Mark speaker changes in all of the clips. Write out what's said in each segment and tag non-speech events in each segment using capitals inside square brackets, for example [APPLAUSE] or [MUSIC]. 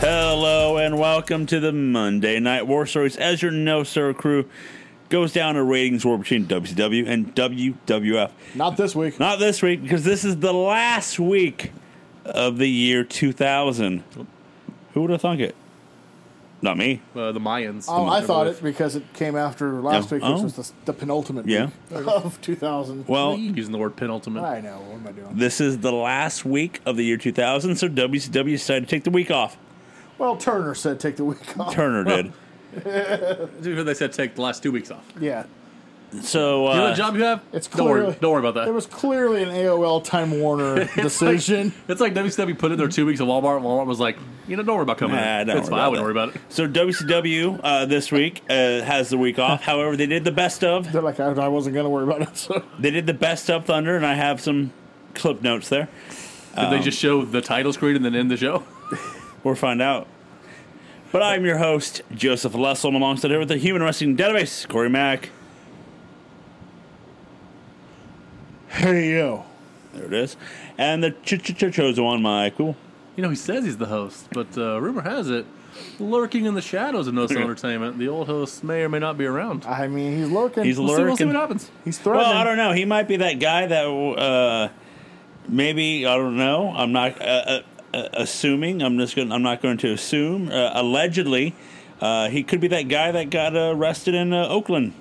Speaker 1: Hello and welcome to the Monday Night War Stories. As your No Sir crew goes down a ratings war between WCW and WWF.
Speaker 2: Not this week.
Speaker 1: Not this week because this is the last week of the year 2000. Who would have thunk it? Not me.
Speaker 3: Uh, the Mayans.
Speaker 2: Oh, I thought
Speaker 3: believe.
Speaker 2: it because it came after last
Speaker 1: Yeah.
Speaker 2: week, which
Speaker 1: Oh.
Speaker 2: was the, the penultimate
Speaker 1: Yeah.
Speaker 2: week of [LAUGHS] 2000.
Speaker 1: Well,
Speaker 3: using the word penultimate.
Speaker 2: I know. What am I doing?
Speaker 1: this is the last week of the year 2000, so WCW decided to take the week off.
Speaker 2: Well, Turner said take the week off.
Speaker 1: Turner did.
Speaker 3: Even they said take the last two weeks off.
Speaker 2: yeah.
Speaker 1: So
Speaker 3: You know
Speaker 1: uh,
Speaker 3: what job you have?
Speaker 2: It's
Speaker 3: don't worry.
Speaker 2: clearly-
Speaker 3: Don't worry about that.
Speaker 2: There was clearly an AOL Time Warner decision.
Speaker 3: it's like WCW put in their two weeks at Walmart. Walmart was like, you know, don't worry about coming.
Speaker 1: Nah,
Speaker 3: in.
Speaker 1: don't
Speaker 3: it's
Speaker 1: worry
Speaker 3: fine. I
Speaker 1: about
Speaker 3: wouldn't worry
Speaker 1: that.
Speaker 3: about it.
Speaker 1: So WCW uh, this week uh, has the week
Speaker 3: [LAUGHS]
Speaker 1: off. However, they did the best of.
Speaker 2: They're like, I, I wasn't going to worry about it. So.
Speaker 1: They did the best of Thunder, and I have some clip notes there.
Speaker 3: Did they just show the title screen and then end the show? [LAUGHS]
Speaker 1: We'll find out. But I'm your host, Joseph Lessel, and alongside here with the Human Wrestling Database, Corey Mack.
Speaker 2: Hey, yo.
Speaker 1: There it is. And the ch ch ch chosen one, Michael.
Speaker 3: You know, he says he's the host, but uh, rumor has it, lurking in the shadows of No Soul Entertainment, the old host may or may not be around.
Speaker 2: I mean, he's looking.
Speaker 1: He's
Speaker 2: He's,
Speaker 3: We'll see, we'll see
Speaker 1: Lurking.
Speaker 3: what happens.
Speaker 2: threatening.
Speaker 1: Well, I don't know. He might be that guy that uh, maybe I don't know. I'm not uh, uh, uh, assuming. I'm just going. to I'm not going to assume. Uh, allegedly, uh, he could be that guy that got uh, arrested in uh, Oakland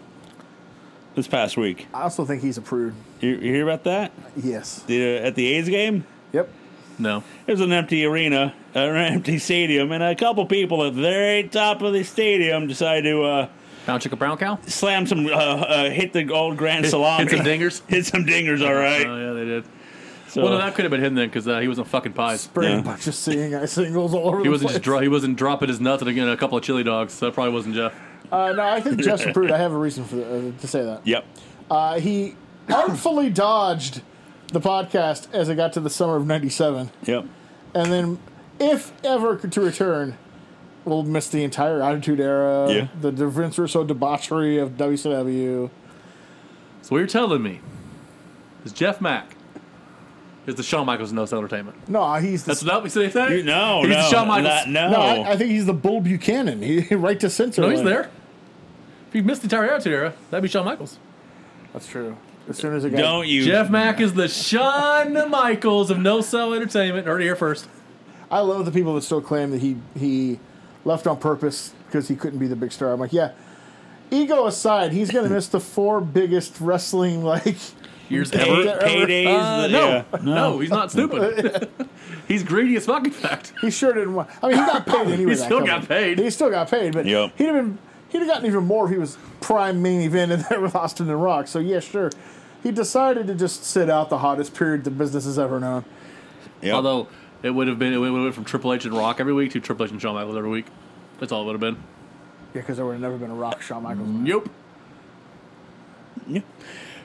Speaker 1: this past week.
Speaker 2: I also think he's a prude.
Speaker 1: You, you hear about that?
Speaker 2: Yes.
Speaker 1: The, uh, at the A's game,
Speaker 2: Yep.
Speaker 3: No.
Speaker 1: there's an empty arena, uh, an empty stadium, and a couple people at the very top of the stadium decide to. Uh,
Speaker 3: Brown chicken, brown cow?
Speaker 1: Slam some, uh, uh, hit the old grand salami.
Speaker 3: hit some dingers?
Speaker 1: [LAUGHS] hit some dingers, all right.
Speaker 3: Oh, yeah, they did.
Speaker 1: So-
Speaker 3: well, no, that could have been him then, because uh, he was on fucking pies.
Speaker 2: Spraying
Speaker 1: Yeah.
Speaker 2: a bunch of seeing [LAUGHS] eye singles all over
Speaker 3: He
Speaker 2: the
Speaker 3: wasn't
Speaker 2: place.
Speaker 3: just dro- he wasn't dropping his nuts at a a couple of chili dogs. So that probably wasn't Jeff.
Speaker 2: uh, no, I think Jeff's a prude. I have a reason for the, uh, to say that.
Speaker 1: Yep.
Speaker 2: Uh, he artfully dodged the podcast as it got to the summer of '97,
Speaker 1: Yep.
Speaker 2: and then, if ever to return, we'll miss the entire Attitude Era,
Speaker 1: Yeah.
Speaker 2: the De Vince Russo debauchery of WCW.
Speaker 3: So what you're telling me is Jeff Mack is the Shawn Michaels of No Cell Entertainment.
Speaker 2: No, uh, he's the,
Speaker 3: That's what that we say.
Speaker 1: You- No,
Speaker 3: he's
Speaker 1: no,
Speaker 3: the Shawn Michaels.
Speaker 1: not- no,
Speaker 2: no. I, I think he's the Bull Buchanan. He [LAUGHS] right to censor.
Speaker 3: No, he's
Speaker 2: land.
Speaker 3: there. If you missed the entire Attitude Era, that'd be Shawn Michaels.
Speaker 2: That's true. As soon as it got
Speaker 1: Don't you?
Speaker 3: Jeff Mack is the Shawn Michaels of No Cell Entertainment. Heard it here first.
Speaker 2: I love the people that still claim that he he left on purpose because he couldn't be the big star. I'm like, yeah. Ego aside, he's
Speaker 3: [LAUGHS]
Speaker 2: gonna miss the four biggest wrestling [LAUGHS] like.
Speaker 3: Years
Speaker 1: Pay-
Speaker 3: ever.
Speaker 1: paydays.
Speaker 3: Uh,
Speaker 1: the-
Speaker 3: no,
Speaker 1: yeah.
Speaker 3: no, he's not
Speaker 1: [LAUGHS]
Speaker 3: stupid. he's greedy as fuck. In fact,
Speaker 2: He sure didn't want. I mean, he got paid anyway.
Speaker 3: [LAUGHS] He
Speaker 2: that
Speaker 3: still
Speaker 2: company.
Speaker 3: got paid.
Speaker 2: He still got paid, but
Speaker 1: Yep.
Speaker 2: he'd have been he'd have gotten even more if he was prime main event in there with Austin and Rock. So yeah, sure. He decided to just sit out the hottest period the business has ever known.
Speaker 1: Yep.
Speaker 3: although it would have been it would have went from Triple H and Rock every week to Triple H and Shawn Michaels every week. That's all it would have been.
Speaker 2: Yeah, because there would have never been a Rock Shawn Michaels. match.
Speaker 3: Nope.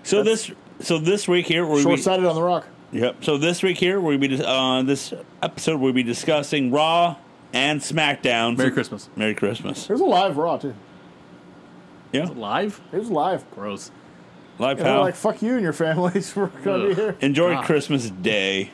Speaker 1: so this, so this week here, we're
Speaker 2: Short
Speaker 1: we,
Speaker 2: sighted on the Rock.
Speaker 1: yep. So this week here, we'll be dis- uh, this episode we'll be discussing Raw and SmackDown.
Speaker 3: Merry Christmas.
Speaker 1: Merry Christmas.
Speaker 2: There's a live Raw too.
Speaker 1: Yeah,
Speaker 3: Live?
Speaker 2: It was live.
Speaker 3: Gross.
Speaker 1: live
Speaker 2: And they're
Speaker 1: pal.
Speaker 2: like, fuck you and your families. [LAUGHS] We're gonna be
Speaker 3: Ugh.
Speaker 2: here.
Speaker 1: Enjoy
Speaker 3: God.
Speaker 1: Christmas Day.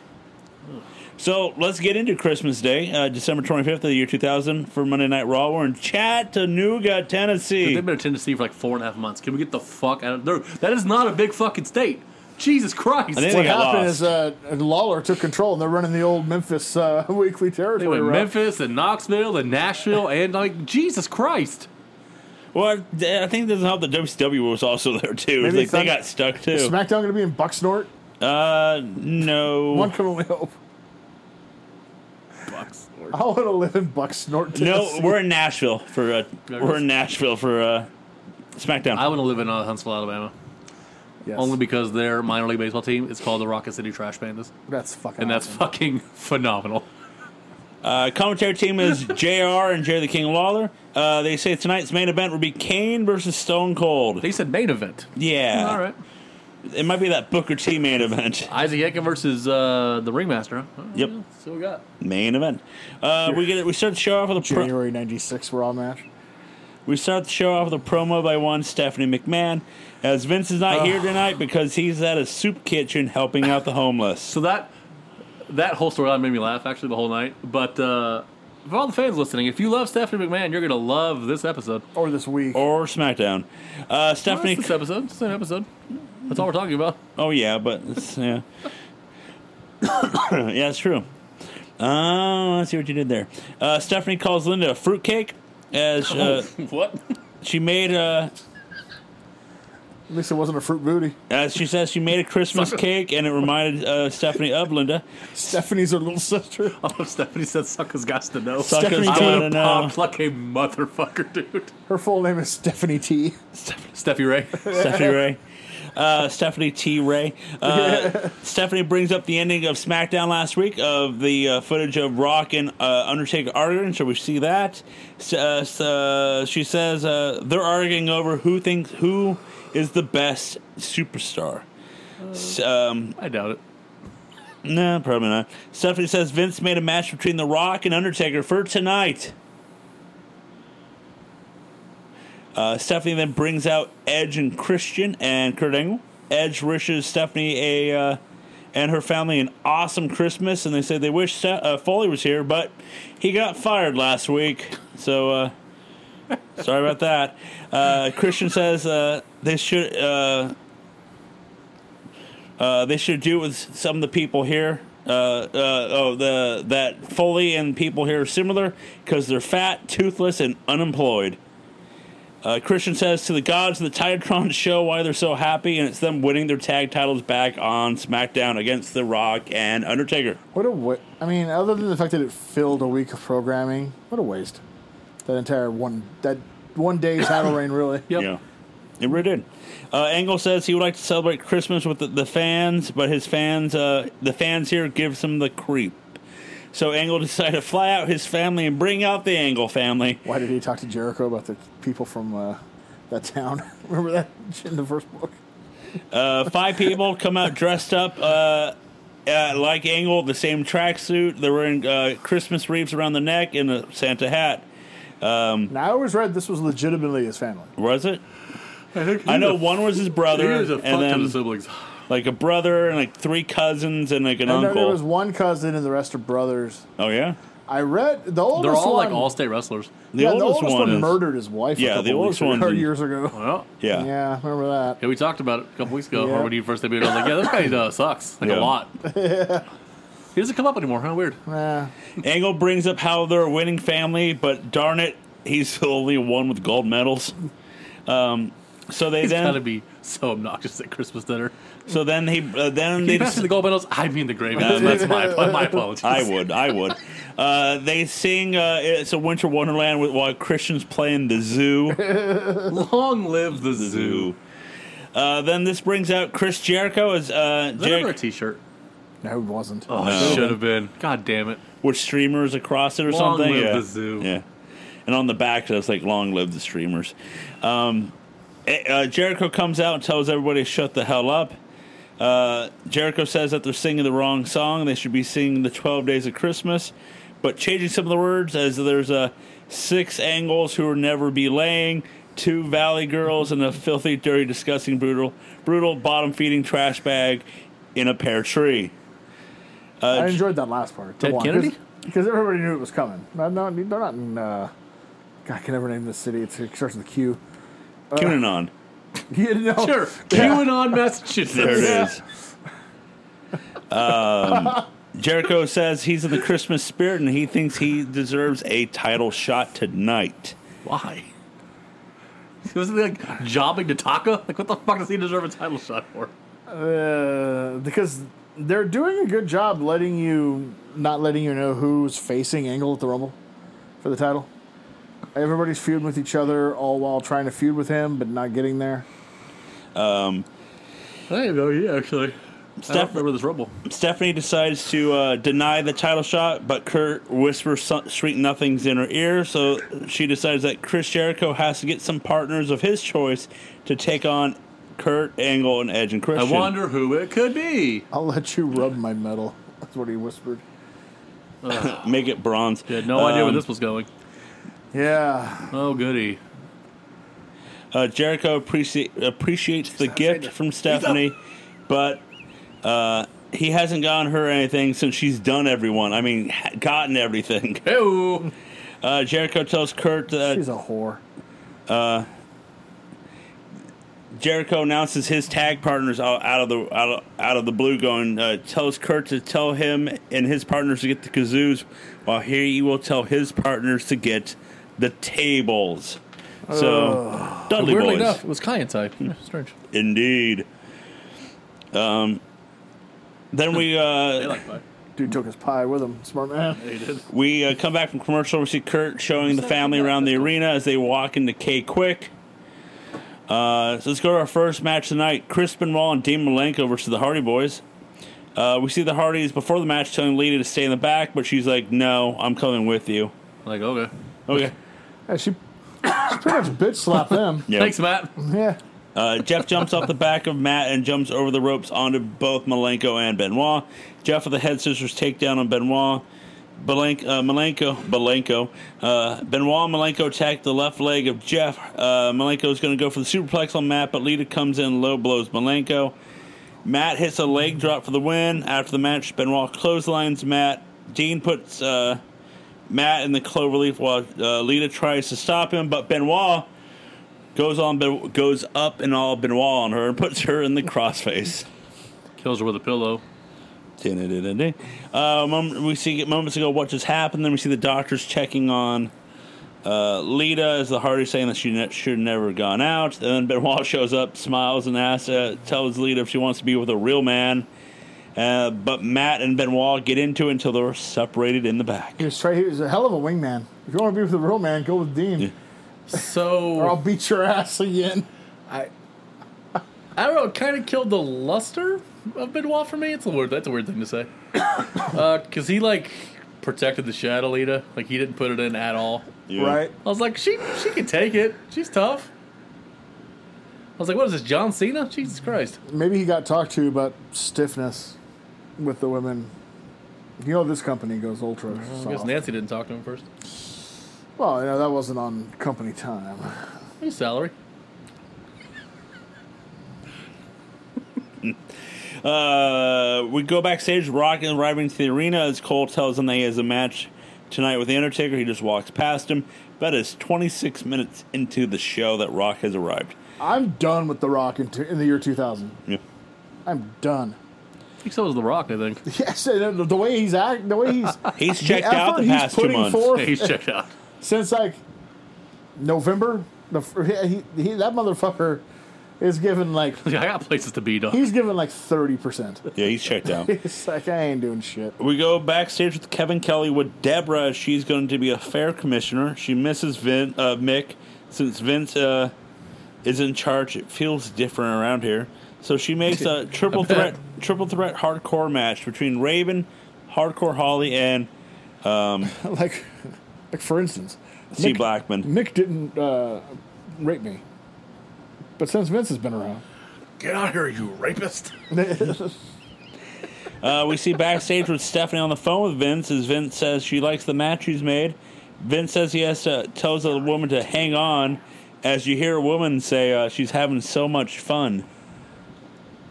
Speaker 1: So let's get into Christmas Day, uh, December 25th of the year 2000 for Monday Night Raw. We're in Chattanooga, Tennessee.
Speaker 3: They've been in Tennessee for like four and a half months. Can we get the fuck out of there? That is not a big fucking state. Jesus Christ.
Speaker 1: I think
Speaker 2: What
Speaker 1: got
Speaker 2: happened
Speaker 1: lost.
Speaker 2: is uh, Lawler took control, and they're running the old Memphis uh, [LAUGHS] weekly
Speaker 3: They
Speaker 2: territory.
Speaker 3: went
Speaker 2: route.
Speaker 3: Memphis and Knoxville and Nashville and like Jesus Christ.
Speaker 1: Well, I think it doesn't help that WCW was also [LAUGHS] there too. It's
Speaker 2: Maybe
Speaker 1: like they
Speaker 2: some-
Speaker 1: got stuck too.
Speaker 2: Is SmackDown going to be in Bucksnort?
Speaker 1: uh, no.
Speaker 2: One can only hope.
Speaker 3: Bucks.
Speaker 2: I want to live in Bucksnort,
Speaker 1: No,
Speaker 2: Tennessee.
Speaker 1: we're in Nashville for uh,
Speaker 3: There it
Speaker 1: we're
Speaker 3: is.
Speaker 1: in Nashville for uh, SmackDown.
Speaker 3: I want to live in uh, Huntsville, Alabama,
Speaker 2: Yes.
Speaker 3: only because their minor league baseball team is called the Rocket City Trash Pandas,
Speaker 2: that's fucking.
Speaker 3: and that's
Speaker 2: awesome.
Speaker 3: fucking [LAUGHS] phenomenal.
Speaker 1: uh, commentary team
Speaker 3: [LAUGHS]
Speaker 1: is Jr. and Jerry the King Lawler. Uh, they say tonight's main event would be Kane versus Stone Cold.
Speaker 3: They said main event.
Speaker 1: Yeah,
Speaker 3: All right,
Speaker 1: it might be that Booker T main
Speaker 3: [LAUGHS]
Speaker 1: event.
Speaker 3: Isaac Yankem versus uh, the Ringmaster. Huh? All right,
Speaker 1: Yep.
Speaker 3: yeah, So we got.
Speaker 1: Main event. Uh, we get it. We start the show off with a pro-
Speaker 2: January '96 Raw match.
Speaker 1: We start the show off with a promo by one Stephanie McMahon, as Vince is not here tonight because he's at a soup kitchen helping out the homeless.
Speaker 3: So that that whole storyline made me laugh actually the whole night. But uh, for all the fans listening, if you love Stephanie McMahon, you're gonna love this episode.
Speaker 2: or this week.
Speaker 1: or SmackDown. Uh,
Speaker 3: Well,
Speaker 1: Stephanie.
Speaker 3: it's this episode, it's the same episode. That's all we're
Speaker 1: [LAUGHS]
Speaker 3: talking about.
Speaker 1: Oh yeah, but it's, yeah, [COUGHS] yeah, it's true. Uh, I see what you did there. Uh, Stephanie calls Linda a fruitcake as uh,
Speaker 2: Oh.
Speaker 3: what?
Speaker 1: she made a
Speaker 2: At least it wasn't a fruit booty.
Speaker 1: as she says she made a Christmas cake and it reminded uh, Stephanie of Linda.
Speaker 2: Stephanie's her little sister.
Speaker 3: [LAUGHS] All of Stephanie said, "Suckers got to know."
Speaker 1: Suckers
Speaker 2: Stephanie
Speaker 3: I
Speaker 2: gotta
Speaker 3: would
Speaker 1: gotta
Speaker 3: have
Speaker 1: know.
Speaker 3: popped like a motherfucker, dude.
Speaker 2: Her full name is Stephanie T.
Speaker 3: Steffi Ray.
Speaker 1: Stephanie Ray. Uh, Stephanie T. Ray. Uh, Stephanie brings up the ending of SmackDown last week of the uh, footage of Rock and uh, Undertaker arguing, so we see that. S- uh, s- uh, she says uh, they're arguing over who thinks who is the best superstar. S- um,
Speaker 3: I doubt it.
Speaker 1: no, probably not. Stephanie says Vince made a match between The Rock and Undertaker for tonight. Uh, Stephanie then brings out Edge and Christian and Kurt Angle. Edge wishes Stephanie a uh, and her family an awesome Christmas, and they say they wish Ste- uh, Foley was here, but he got fired last week, so uh, [LAUGHS] sorry about that. Uh, Christian says uh, they should. Uh, uh, they should do it with some of the people here. Uh, uh, oh, the that Foley and people here are similar because they're fat, toothless, and unemployed. Uh, Christian says to the gods of the Titatron [LAUGHS] show why they're so happy, and it's them winning their tag titles back on SmackDown against The Rock and Undertaker.
Speaker 2: What a wa I mean, other than the fact that it filled a week of programming, what a waste. That entire one that one day
Speaker 1: [COUGHS]
Speaker 2: title reign really.
Speaker 3: Yep.
Speaker 1: Yeah, it really did. Uh, Angle says he would like to celebrate Christmas with the, the fans, but his fans, uh, the fans here, gives him the creep. So Angle [LAUGHS] decided to fly out his family and bring out the Angle family.
Speaker 2: Why did he talk to Jericho about the people from uh, that town? [LAUGHS] Remember that in the first book?
Speaker 1: Uh, five people come out dressed up uh, uh, like Angle, the same tracksuit. They're wearing uh, Christmas wreaths around the neck and a Santa hat. Mm.
Speaker 2: Now I always read this was legitimately his family.
Speaker 1: Was it?
Speaker 3: I think
Speaker 1: I know one was his brother,
Speaker 3: There's a
Speaker 1: and
Speaker 3: fuck ton of
Speaker 1: then
Speaker 3: siblings.
Speaker 1: like a brother and like three cousins and like an
Speaker 2: And there- there
Speaker 1: uncle.
Speaker 2: was one cousin and the rest are brothers.
Speaker 1: oh yeah,
Speaker 2: I read the oldest
Speaker 3: They're all
Speaker 2: one.
Speaker 3: like all state wrestlers.
Speaker 1: the
Speaker 2: yeah,
Speaker 1: oldest,
Speaker 2: the oldest one,
Speaker 1: one. is-
Speaker 2: murdered his wife.
Speaker 1: Yeah,
Speaker 2: a
Speaker 1: the
Speaker 2: couple
Speaker 1: oldest
Speaker 2: weeks ago, [LAUGHS]
Speaker 1: one's in-
Speaker 2: years ago.
Speaker 3: Well,
Speaker 1: yeah.
Speaker 2: Yeah, remember that.
Speaker 3: yeah, we talked about it a couple weeks ago.
Speaker 2: Yeah.
Speaker 3: Or when you first debuted, I was like, "Yeah, this guy uh, sucks like
Speaker 1: Yeah.
Speaker 3: a lot." he doesn't come up anymore. Huh? Weird.
Speaker 2: Nah.
Speaker 1: Angle brings up how they're a winning family, but darn it, he's [LAUGHS] the only one with gold medals. Um, so they
Speaker 3: He's
Speaker 1: then,
Speaker 3: got to be so obnoxious at Christmas dinner.
Speaker 1: so then he, uh, then
Speaker 3: Can
Speaker 1: they
Speaker 3: you pass
Speaker 1: just-
Speaker 3: me the gold medals? I mean the gray medals. That's my my apologies.
Speaker 1: I would. I would. Uh, they sing uh, "It's a Winter Wonderland" with, while Christian's playing the zoo.
Speaker 3: Long live the [LAUGHS] zoo.
Speaker 1: Uh, then this brings out Chris Jericho as uh,
Speaker 3: Is that ever a
Speaker 1: Jericho,
Speaker 3: T-shirt?
Speaker 2: No, it wasn't.
Speaker 3: Oh,
Speaker 1: No.
Speaker 3: should have been. God damn it.
Speaker 1: with streamers across it or
Speaker 3: Long
Speaker 1: something.
Speaker 3: live
Speaker 1: yeah.
Speaker 3: the zoo.
Speaker 1: Yeah. And on the back, it was like "Long live the streamers." Um, eh, uh, Jericho comes out and tells everybody to shut the hell up. Uh, Jericho says that they're singing the wrong song. They should be singing the 12 Days of Christmas, but changing some of the words as there's uh, six angles who will never be laying, two valley girls, and a filthy, dirty, disgusting, brutal, brutal bottom feeding trash bag in a pear tree.
Speaker 2: I enjoyed that last part.
Speaker 3: Ted Kennedy?
Speaker 2: Because everybody knew it was coming. No, no, they're not in. Uh, God, I can never name this city. It's, it starts with a Q. [LAUGHS]
Speaker 1: QAnon.
Speaker 2: You know,
Speaker 3: Sure.
Speaker 1: [LAUGHS]
Speaker 3: QAnon, Massachusetts.
Speaker 1: Oh. There it
Speaker 2: Yeah.
Speaker 1: is. Um, Jericho says he's in the Christmas spirit and he thinks he deserves a title shot tonight.
Speaker 3: Why? [LAUGHS] Wasn't he like jobbing to Taka? Like, what the fuck does he deserve a title shot for?
Speaker 2: Uh, because they're doing a good job letting you, not letting you know who's facing Angle at the Rumble for the title. Everybody's feuding with each other, all while trying to feud with him, but not getting there.
Speaker 3: I don't know. Yeah, actually. I
Speaker 1: Steph-
Speaker 3: don't remember this rumble.
Speaker 1: Stephanie decides to uh, deny the title shot, but Kurt whispers some, sweet nothings in her ear, so she decides that Chris Jericho has to get some partners of his choice to take on Kurt, Angle, and Edge and
Speaker 3: I
Speaker 1: Christian.
Speaker 3: wonder who it could be.
Speaker 2: I'll let you rub my metal. That's what he whispered.
Speaker 1: Make it bronze.
Speaker 3: He had no idea where
Speaker 1: Um,
Speaker 3: this was going.
Speaker 2: Yeah,
Speaker 3: Oh, goody.
Speaker 1: Uh, Jericho appreci- appreciates the gift from Stephanie, but uh, he hasn't gotten her anything since she's done everyone. I mean, ha- gotten everything. [LAUGHS]
Speaker 3: Hey,
Speaker 1: Uh, Jericho tells Kurt. Uh,
Speaker 2: She's a whore.
Speaker 1: Jericho announces his tag partners out, out of the out of, out of the blue, going uh, tells Kurt to tell him and his partners to get the kazoos, while he will tell his partners to get the tables. So Dudley
Speaker 3: weirdly
Speaker 1: boys,
Speaker 3: enough, it was Kayente. Yeah, strange.
Speaker 1: indeed. Um, then we uh,
Speaker 3: They like pie.
Speaker 2: Dude took his pie with him. Smart man.
Speaker 3: They did.
Speaker 1: We uh, come back from commercial. We see Kurt showing the family around the arena as they walk into K Quick. Uh, so let's go to our first match tonight. Chris Benoit and Dean Malenko versus the Hardy Boys. Uh, we see the Hardys before the match telling Lita to stay in the back, but she's like, "No, I'm coming with you."
Speaker 3: Like, okay.
Speaker 1: Okay.
Speaker 2: Yeah, she, [COUGHS] she pretty much bitch slapped them.
Speaker 1: Yeah.
Speaker 3: Thanks, Matt.
Speaker 2: Yeah.
Speaker 1: Uh, Jeff jumps off the back of Matt and jumps over the ropes onto both Malenko and Benoit. Jeff with the head scissors takedown on Benoit. Belen- uh, Malenko, Malenko, uh, Benoit and Malenko attack the left leg of Jeff. Uh, Malenko is going to go for the superplex on Matt, but Lita comes in and low blows Malenko. Matt hits a leg drop for the win. After the match, Benoit clotheslines Matt. Dean puts uh, Matt in the cloverleaf while uh, Lita tries to stop him, but Benoit goes on Ben- goes up and all Benoit on her and [LAUGHS] puts her in the crossface.
Speaker 3: Kills her with a pillow.
Speaker 1: Uh, moment, we see moments ago what just happened. Then we see the doctors checking on uh, Lita as the Hardy saying that she ne- should have never gone out. Then Benoit [LAUGHS] shows up, smiles, and asks, uh, tells Lita if she wants to be with a real man. Uh, but Matt and Benoit get into it until they're separated in the back.
Speaker 2: He was, straight, he was a hell of a wingman. If you want to be with the real man, go with Dean. Or I'll
Speaker 3: So
Speaker 2: beat your ass again.
Speaker 3: I, I don't know. It kind of killed the luster of Benoit for me. It's a weird. That's a weird thing to say. [COUGHS] Because he like protected the shadow Lita. Like he didn't put it in at all.
Speaker 1: Yeah.
Speaker 2: Right?
Speaker 3: I was like, she she can take it. She's tough. I was like, what is this, John Cena? Jesus Christ!
Speaker 2: Maybe he got talked to about stiffness with the women. You know, this company goes ultra.
Speaker 3: I guess
Speaker 2: soft.
Speaker 3: Nancy didn't talk to him first.
Speaker 2: Well, you know, that wasn't on company time.
Speaker 3: His salary.
Speaker 1: Uh, we go backstage. Rock is arriving to the arena as Cole tells him that he has a match tonight with the Undertaker. He just walks past him. That is 26 minutes into the show that Rock has arrived.
Speaker 2: I'm done with The Rock in, t- in the year 2000.
Speaker 1: Yeah.
Speaker 2: I'm done.
Speaker 3: I think so was The Rock. I think.
Speaker 2: Yes, and the, the way he's act, the way he's
Speaker 1: [LAUGHS] He's checked out
Speaker 2: effort
Speaker 1: the
Speaker 2: he's
Speaker 1: past two
Speaker 2: putting
Speaker 1: months.
Speaker 2: forth-
Speaker 3: [LAUGHS] Yeah, he's checked out.
Speaker 2: since like November, the fir- he, he, he that motherfucker is given like
Speaker 3: I got places to be, dog.
Speaker 2: he's given like thirty percent. [LAUGHS]
Speaker 1: Yeah, he's checked out.
Speaker 2: It's like I ain't doing shit. [LAUGHS]
Speaker 1: we go backstage with Kevin Kelly with Deborah. She's going to be a fair commissioner. She misses Vin, uh, Mick since Vince uh, is in charge. It feels different around here. So she makes a triple threat triple threat hardcore match between Raven, Hardcore Holly, and
Speaker 2: like, like for instance,
Speaker 1: C.
Speaker 2: Mick,
Speaker 1: Blackman.
Speaker 2: Mick didn't uh, rape me, but since Vince has been around,
Speaker 3: Get out here, you rapist!
Speaker 1: Uh, we see backstage with Stephanie on the phone with Vince as Vince says she likes the match he's made. Vince says he has to tells the woman to hang on as you hear a woman say uh, she's having so much fun.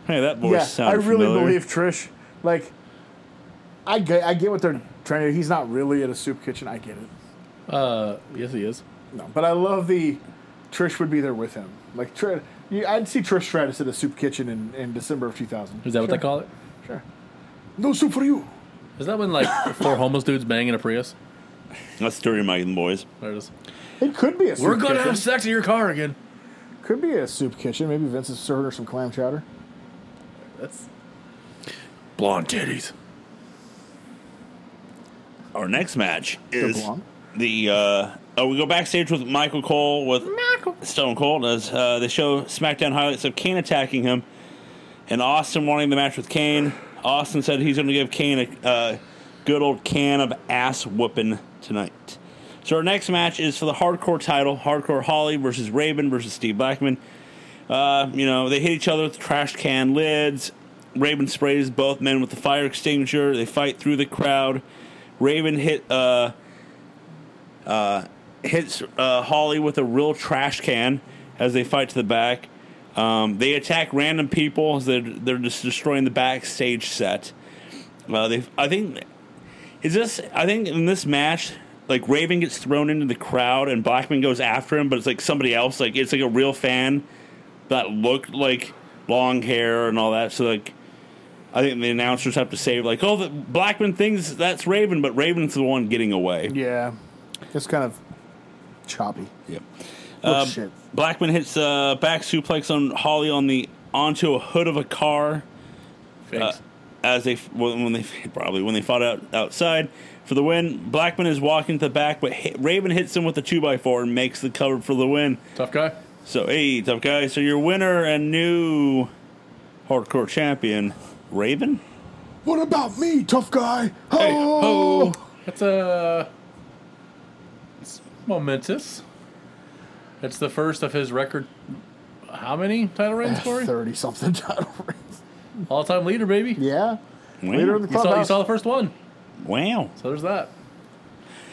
Speaker 1: Hey, that voice
Speaker 2: [LAUGHS] yeah, I
Speaker 1: sounds
Speaker 2: really
Speaker 1: familiar.
Speaker 2: believe Trish. Like, I get, I get what they're trying to. do. He's not really at a soup kitchen. I get it.
Speaker 3: Uh, yes, he is.
Speaker 2: No, but I love the Trish would be there with him. Like Trish, I'd see Trish Stratus at a soup kitchen in, in December of 2000.
Speaker 3: Is that what they call it?
Speaker 2: Sure. No soup for you.
Speaker 3: Is that when like [LAUGHS] four homeless dudes banging a Prius?
Speaker 1: That's dirty, Mike and the boys.
Speaker 3: There it is.
Speaker 2: It could be a. Soup
Speaker 3: We're gonna
Speaker 2: kitchen.
Speaker 3: have sex in your car again.
Speaker 2: Could be a soup kitchen. Maybe Vince is serving her some clam chowder.
Speaker 3: That's blonde titties.
Speaker 1: Our next match
Speaker 2: They're
Speaker 1: is
Speaker 2: blonde.
Speaker 1: the. Uh, oh, we go backstage with Michael Cole with Stone Cold as uh, they show SmackDown highlights of Kane attacking him, and Austin wanting the match with Kane. Austin said he's going to give Kane a uh, good old can of ass whooping tonight. So our next match is for the Hardcore title: Hardcore Holly versus Raven versus Steve Blackman. Uh, you know, they hit each other with trash can lids. Raven sprays both men with the fire extinguisher. They fight through the crowd. Raven hit uh, uh, hits uh, Holly with a real trash can as they fight to the back. Um, they attack random people. They're they're just destroying the backstage set. Uh, they, I think, is this? I think in this match, like Raven gets thrown into the crowd and Blackman goes after him, but it's like somebody else. Like it's like a real fan that looked like long hair and all that. So like, I think the announcers have to say like, oh, the Blackman thinks that's Raven, but Raven's the one getting away.
Speaker 2: Yeah. It's kind of choppy.
Speaker 1: Yep.
Speaker 2: Oh,
Speaker 3: Um,
Speaker 1: Uh,
Speaker 2: shit.
Speaker 1: Blackman hits a back suplex on Holly on the onto a hood of a car uh,
Speaker 3: Thanks.
Speaker 1: as they when when they [LAUGHS] probably when they fought out outside for the win. Blackman is walking to the back, but hit, Raven hits him with a two x four and makes the cover for the win.
Speaker 3: Tough guy.
Speaker 1: So hey, tough guy. So your winner and new hardcore champion, Raven.
Speaker 2: What about me, tough guy? Ho!
Speaker 3: Hey, ho. That's a. It's momentous. It's the first of his record. How many title
Speaker 2: [LAUGHS]
Speaker 3: reigns, Corey?
Speaker 2: 30 something title reigns.
Speaker 3: All time leader, baby.
Speaker 2: Yeah.
Speaker 1: Wow.
Speaker 2: Later in the
Speaker 3: You saw, you
Speaker 2: clubhouse.
Speaker 3: saw the first one.
Speaker 1: wow.
Speaker 3: So there's that.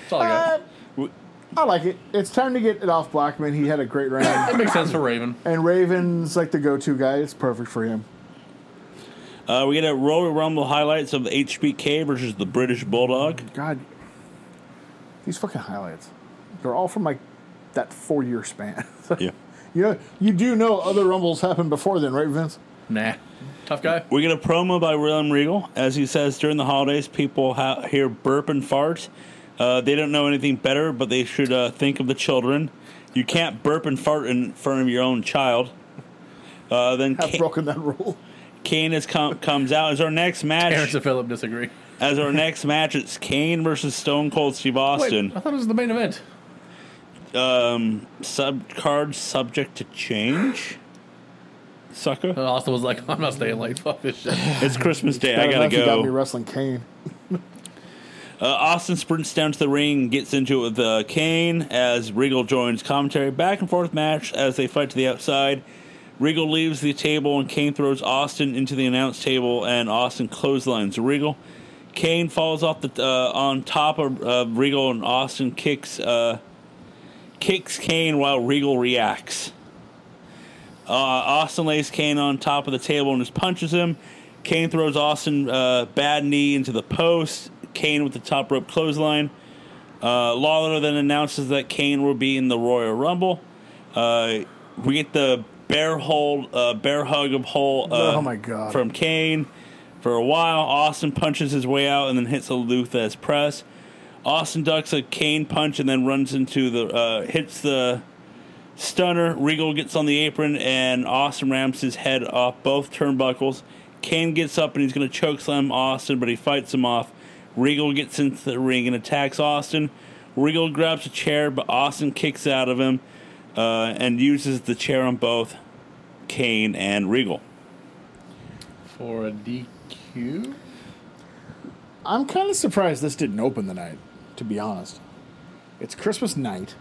Speaker 3: That's all I got.
Speaker 2: Uh, I like it. It's time to get it off Blackman. He had a great round.
Speaker 3: That makes sense for Raven.
Speaker 2: and Raven's like the go to guy. It's perfect for him.
Speaker 1: Uh, we get a Royal Rumble highlights of HBK versus the British Bulldog.
Speaker 2: God, these fucking highlights. They're all from like that four year span. [LAUGHS]
Speaker 1: Yeah.
Speaker 2: you, know, you do know other Rumbles happened before then, right, Vince?
Speaker 3: Nah. Tough guy.
Speaker 1: We get a promo by William Regal. As he says, during the holidays, people ha- hear burp and fart. Uh, they don't know anything better, but they should uh, think of the children. You can't burp and fart in front of your own child. Uh, then
Speaker 2: I've
Speaker 1: Ca-
Speaker 2: broken
Speaker 1: [LAUGHS]
Speaker 2: that rule.
Speaker 1: Kane is com- comes out as our next
Speaker 3: Aaron
Speaker 1: match.
Speaker 3: and Phillip disagree.
Speaker 1: As our next match, it's Kane versus Stone Cold Steve
Speaker 3: Wait,
Speaker 1: Austin.
Speaker 3: I thought it was the main event.
Speaker 1: Sub card subject to change. Sucker,
Speaker 2: Uh,
Speaker 3: And Austin was like, [LAUGHS] I'm not staying late. Fuck this shit.
Speaker 1: it's Christmas Day.
Speaker 2: Bad
Speaker 1: I gotta
Speaker 2: enough you
Speaker 1: go.
Speaker 2: Got me wrestling Kane.
Speaker 1: Uh, Austin sprints down to the ring, gets into it with uh, Kane as Regal joins commentary. Back and forth match as they fight to the outside. Regal leaves the table and Kane throws Austin into the announce table and Austin clotheslines Regal. Kane falls off the uh, on top of uh, Regal and Austin kicks uh, kicks Kane while Regal reacts. Uh, Austin lays Kane on top of the table and just punches him. Kane throws Austin uh, bad knee into the post. Kane with the top rope clothesline. Uh, Lawler then announces that Kane will be in the Royal Rumble. Uh, we get the bear hold, uh, bear hug of hole. Uh,
Speaker 2: Oh my God.
Speaker 1: From Kane for a while. Austin punches his way out and then hits a Luthes press. Austin ducks a Kane punch and then runs into the uh, hits the Stunner, Regal gets on the apron, and Austin ramps his head off both turnbuckles. Kane gets up and he's going to choke slam Austin, but he fights him off. Regal gets into the ring and attacks Austin. Regal grabs a chair, but Austin kicks out of him uh, and uses the chair on both Kane and Regal.
Speaker 3: For a DQ?
Speaker 2: I'm kind of surprised this didn't open the night, to be honest. It's Christmas night.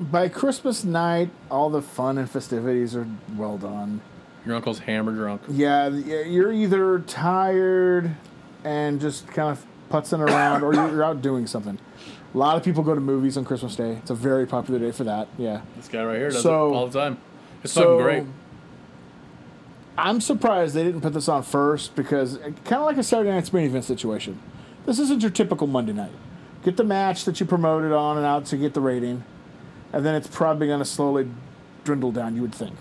Speaker 2: By Christmas night, all the fun and festivities are well done.
Speaker 3: Your uncle's hammer drunk.
Speaker 2: Yeah, th- yeah, you're either tired and just kind of putzing around, or you're you're out doing something. A lot of people go to movies on Christmas Day. It's a very popular day for that. Yeah.
Speaker 3: This guy right here does
Speaker 2: So-
Speaker 3: it all the time. It's fucking great.
Speaker 2: I'm surprised they didn't put this on first because kind of like a Saturday night's main event situation. This isn't your typical Monday night. Get the match that you promoted on and out to get the rating, and then it's probably going to slowly dwindle down. You would think.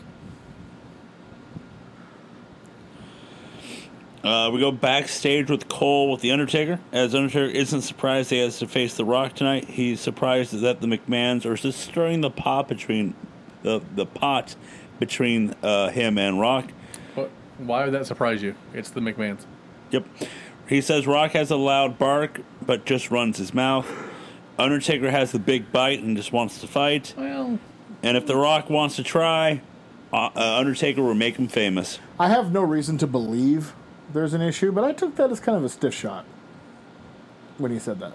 Speaker 1: Uh, we go backstage with Cole with The Undertaker. As Undertaker isn't surprised he has to face The Rock tonight, he's surprised that the McMahons are just stirring the pot between the, the pot between uh, him and Rock.
Speaker 3: What, why would that surprise you? It's the McMahons.
Speaker 1: Yep. He says Rock has a loud bark, but just runs his mouth. Undertaker has the big bite and just wants to fight.
Speaker 3: Well,
Speaker 1: And if The Rock wants to try, uh, uh, Undertaker will make him famous.
Speaker 2: I have no reason to believe there's an issue, but I took that as kind of a stiff shot when he said that.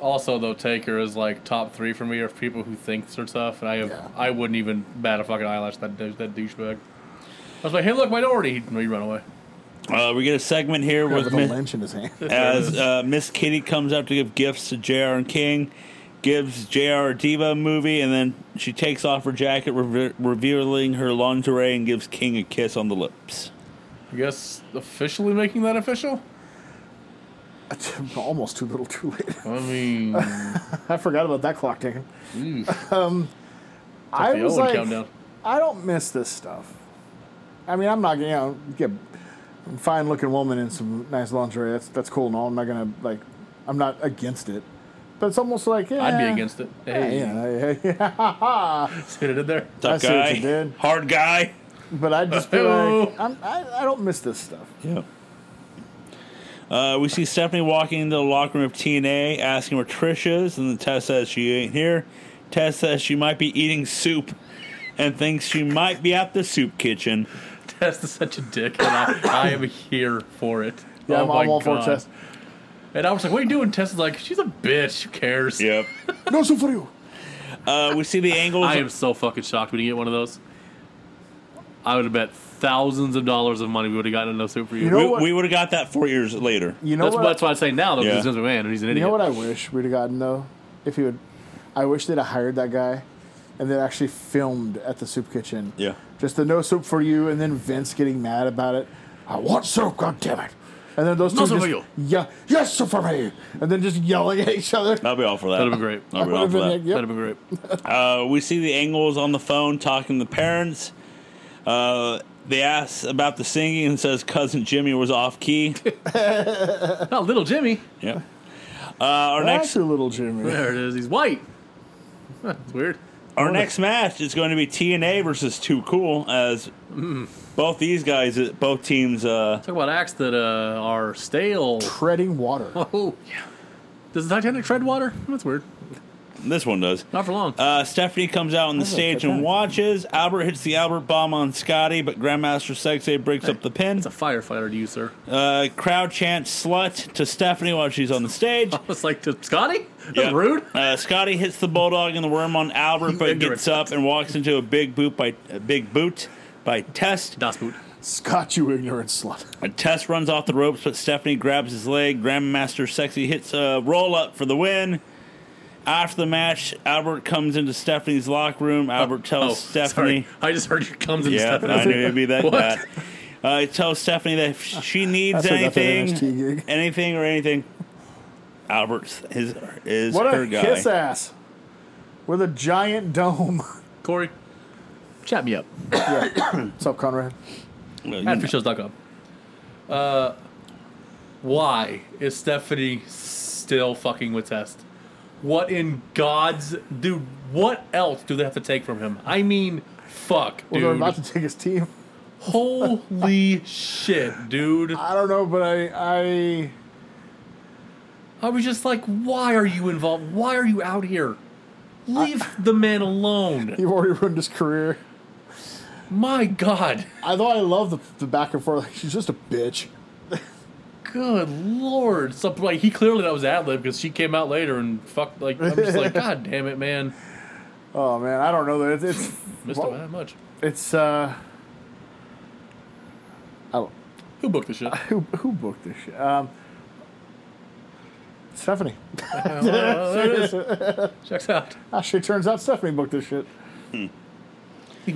Speaker 3: also though, Taker is like top three for me are people who think they're tough, and I have,
Speaker 2: Yeah.
Speaker 3: I wouldn't even bat a fucking eyelash at that dou- that douchebag. I was like, hey, look, minority. He, he run away.
Speaker 1: Uh, we get a segment here
Speaker 2: With
Speaker 1: with
Speaker 2: a
Speaker 1: Mi-
Speaker 2: wrench in his hand. [LAUGHS]
Speaker 1: as uh, Miss Kitty comes out to give gifts to J.R. and King. gives J.R. Diva a movie, and then she takes off her jacket, reve- revealing her lingerie, and gives King a kiss on the lips.
Speaker 3: I guess officially making that official?
Speaker 2: Almost too little, too late.
Speaker 3: I
Speaker 2: [LAUGHS]
Speaker 3: mean,
Speaker 2: I forgot about that clock ticking. [LAUGHS]
Speaker 3: ooh,
Speaker 2: Um, I
Speaker 3: the
Speaker 2: was
Speaker 3: Owen
Speaker 2: like,
Speaker 3: countdown.
Speaker 2: I don't miss this stuff. I mean, I'm not gonna, you know, get a fine looking woman in some nice lingerie. That's that's cool and all. I'm not gonna like, I'm not against it. But it's almost like, yeah,
Speaker 3: I'd be against it. Hey,
Speaker 2: Uh,
Speaker 3: [LAUGHS]
Speaker 2: Yeah, [LAUGHS] yeah,
Speaker 3: see what I did there?
Speaker 2: I
Speaker 1: Tough
Speaker 2: see what
Speaker 1: guy,
Speaker 2: you did.
Speaker 1: hard guy.
Speaker 2: but I'd
Speaker 3: [LAUGHS]
Speaker 2: just be
Speaker 3: Hey-oh.
Speaker 2: like, I'm, I, I don't miss this stuff.
Speaker 1: Yeah. Uh, we see Stephanie walking into the locker room of TNA, asking where Trish is, and then Tess says she ain't here. Tess says she might be eating soup, and thinks she might be at the soup kitchen.
Speaker 3: Test is such a dick, and I,
Speaker 2: [LAUGHS]
Speaker 3: I am here for it.
Speaker 2: Yeah,
Speaker 3: Oh
Speaker 2: I'm,
Speaker 3: my
Speaker 2: I'm all for
Speaker 3: God.
Speaker 2: test.
Speaker 3: And I was like, what are you doing? Tess is like, she's a bitch. Who cares?
Speaker 1: Yep.
Speaker 2: No soup for you.
Speaker 1: Uh, we see the angles.
Speaker 3: I am so fucking shocked we didn't get one of those. I would have bet thousands of dollars of money we would have gotten a no soup for you.
Speaker 2: You know
Speaker 1: we
Speaker 2: what?
Speaker 1: would have got that four years later.
Speaker 2: You know
Speaker 3: that's,
Speaker 2: what?
Speaker 3: that's why I say now, though,
Speaker 1: Yeah.
Speaker 3: because he's a man and he's an
Speaker 2: You
Speaker 3: idiot.
Speaker 2: know what I wish we'd have gotten though, if he would, I wish they'd have hired that guy, and then actually filmed at the soup kitchen.
Speaker 1: Yeah.
Speaker 2: Just the no soup for you, and then Vince getting mad about it. I want soup, god damn it! And then those
Speaker 3: No
Speaker 2: two
Speaker 3: soup
Speaker 2: just
Speaker 3: for you.
Speaker 2: yeah, yes soup for me, and then just yelling at each other.
Speaker 1: I'll be all for that.
Speaker 3: That'd have been great.
Speaker 1: I'll be all
Speaker 2: Would've
Speaker 1: for
Speaker 2: been
Speaker 1: that.
Speaker 2: like, yep.
Speaker 3: That'd have been great. [LAUGHS]
Speaker 1: Uh, we see the Engels on the phone talking to the parents. Uh, they ask about the singing and says cousin Jimmy was off [LAUGHS] key.
Speaker 3: Not Oh, little Jimmy.
Speaker 1: yep. Uh, our next
Speaker 2: Actually, little Jimmy.
Speaker 3: There it is. He's white. [LAUGHS] That's weird.
Speaker 1: our next match is going to be TNA versus Too Cool as Mm. both these guys, both teams. Uh,
Speaker 3: Talk about acts that uh, are stale. [LAUGHS]
Speaker 2: Treading water.
Speaker 3: Oh, yeah. Does the Titanic tread water? That's weird.
Speaker 1: this one does.
Speaker 3: Not for long.
Speaker 1: Uh, Stephanie comes out on the
Speaker 2: That's a
Speaker 1: stage
Speaker 2: Titanic.
Speaker 1: and watches. Albert hits the Albert bomb on Scotty, but Grandmaster Sexay breaks up the pin.
Speaker 3: it's a firefighter to you, sir.
Speaker 1: Uh, crowd chants "slut" to Stephanie while she's on the
Speaker 3: [LAUGHS]
Speaker 1: stage.
Speaker 3: It's like to Scotty? That's
Speaker 1: Yeah.
Speaker 3: rude.
Speaker 1: Uh, Scotty hits the bulldog and the worm on Albert, but
Speaker 3: [LAUGHS] ignorant
Speaker 1: gets up and walks into a big boot by a big boot by Test.
Speaker 3: Das Boot.
Speaker 2: Scott, you ignorant slut.
Speaker 1: Test runs off the ropes, but Stephanie grabs his leg. Grandmaster Sexy hits a roll up for the win. After the match, Albert comes into Stephanie's locker room. Albert tells
Speaker 3: Oh,
Speaker 1: Stephanie,
Speaker 3: Sorry. [LAUGHS] I just heard your comes and
Speaker 1: "Yeah,
Speaker 3: Stephanie.
Speaker 1: I knew it'd be that
Speaker 3: What?
Speaker 1: bad." Uh, he tells Stephanie that if she needs
Speaker 2: That's what that's an NXT
Speaker 1: anything,
Speaker 2: gig.
Speaker 1: anything or anything, Albert's his is
Speaker 2: What
Speaker 1: her
Speaker 2: a
Speaker 1: guy.
Speaker 2: kiss ass with a giant dome. [LAUGHS]
Speaker 3: Corey, chat me up.
Speaker 2: What's up, Conrad?
Speaker 1: Well, you know.
Speaker 3: at fishshows.com. Uh, why is Stephanie still fucking with Test? What in God's dude? What else do they have to take from him? I mean, fuck,
Speaker 2: Well, they're
Speaker 3: dude.
Speaker 2: about to take his team. [LAUGHS]
Speaker 3: Holy shit, dude!
Speaker 2: I don't know, but I, I
Speaker 3: I was just like, why are you involved? Why are you out here? Leave the man alone.
Speaker 2: you've already ruined his career.
Speaker 3: My God,
Speaker 2: Although I love the, the back and forth, like, she's just a bitch.
Speaker 3: good lord! So like, he clearly that was ad lib because she came out later and fucked. Like, I'm
Speaker 1: [LAUGHS]
Speaker 3: just like, God damn it, man!
Speaker 2: Oh man, I don't know that it's it's
Speaker 3: Missed
Speaker 2: well,
Speaker 3: it by that much.
Speaker 2: it's uh. I don't,
Speaker 3: Who booked
Speaker 1: [LAUGHS]
Speaker 3: the shit?
Speaker 2: who who booked this shit? Um, Stephanie.
Speaker 3: Checks out.
Speaker 2: Actually, it Ah, turns out Stephanie booked this shit.
Speaker 3: You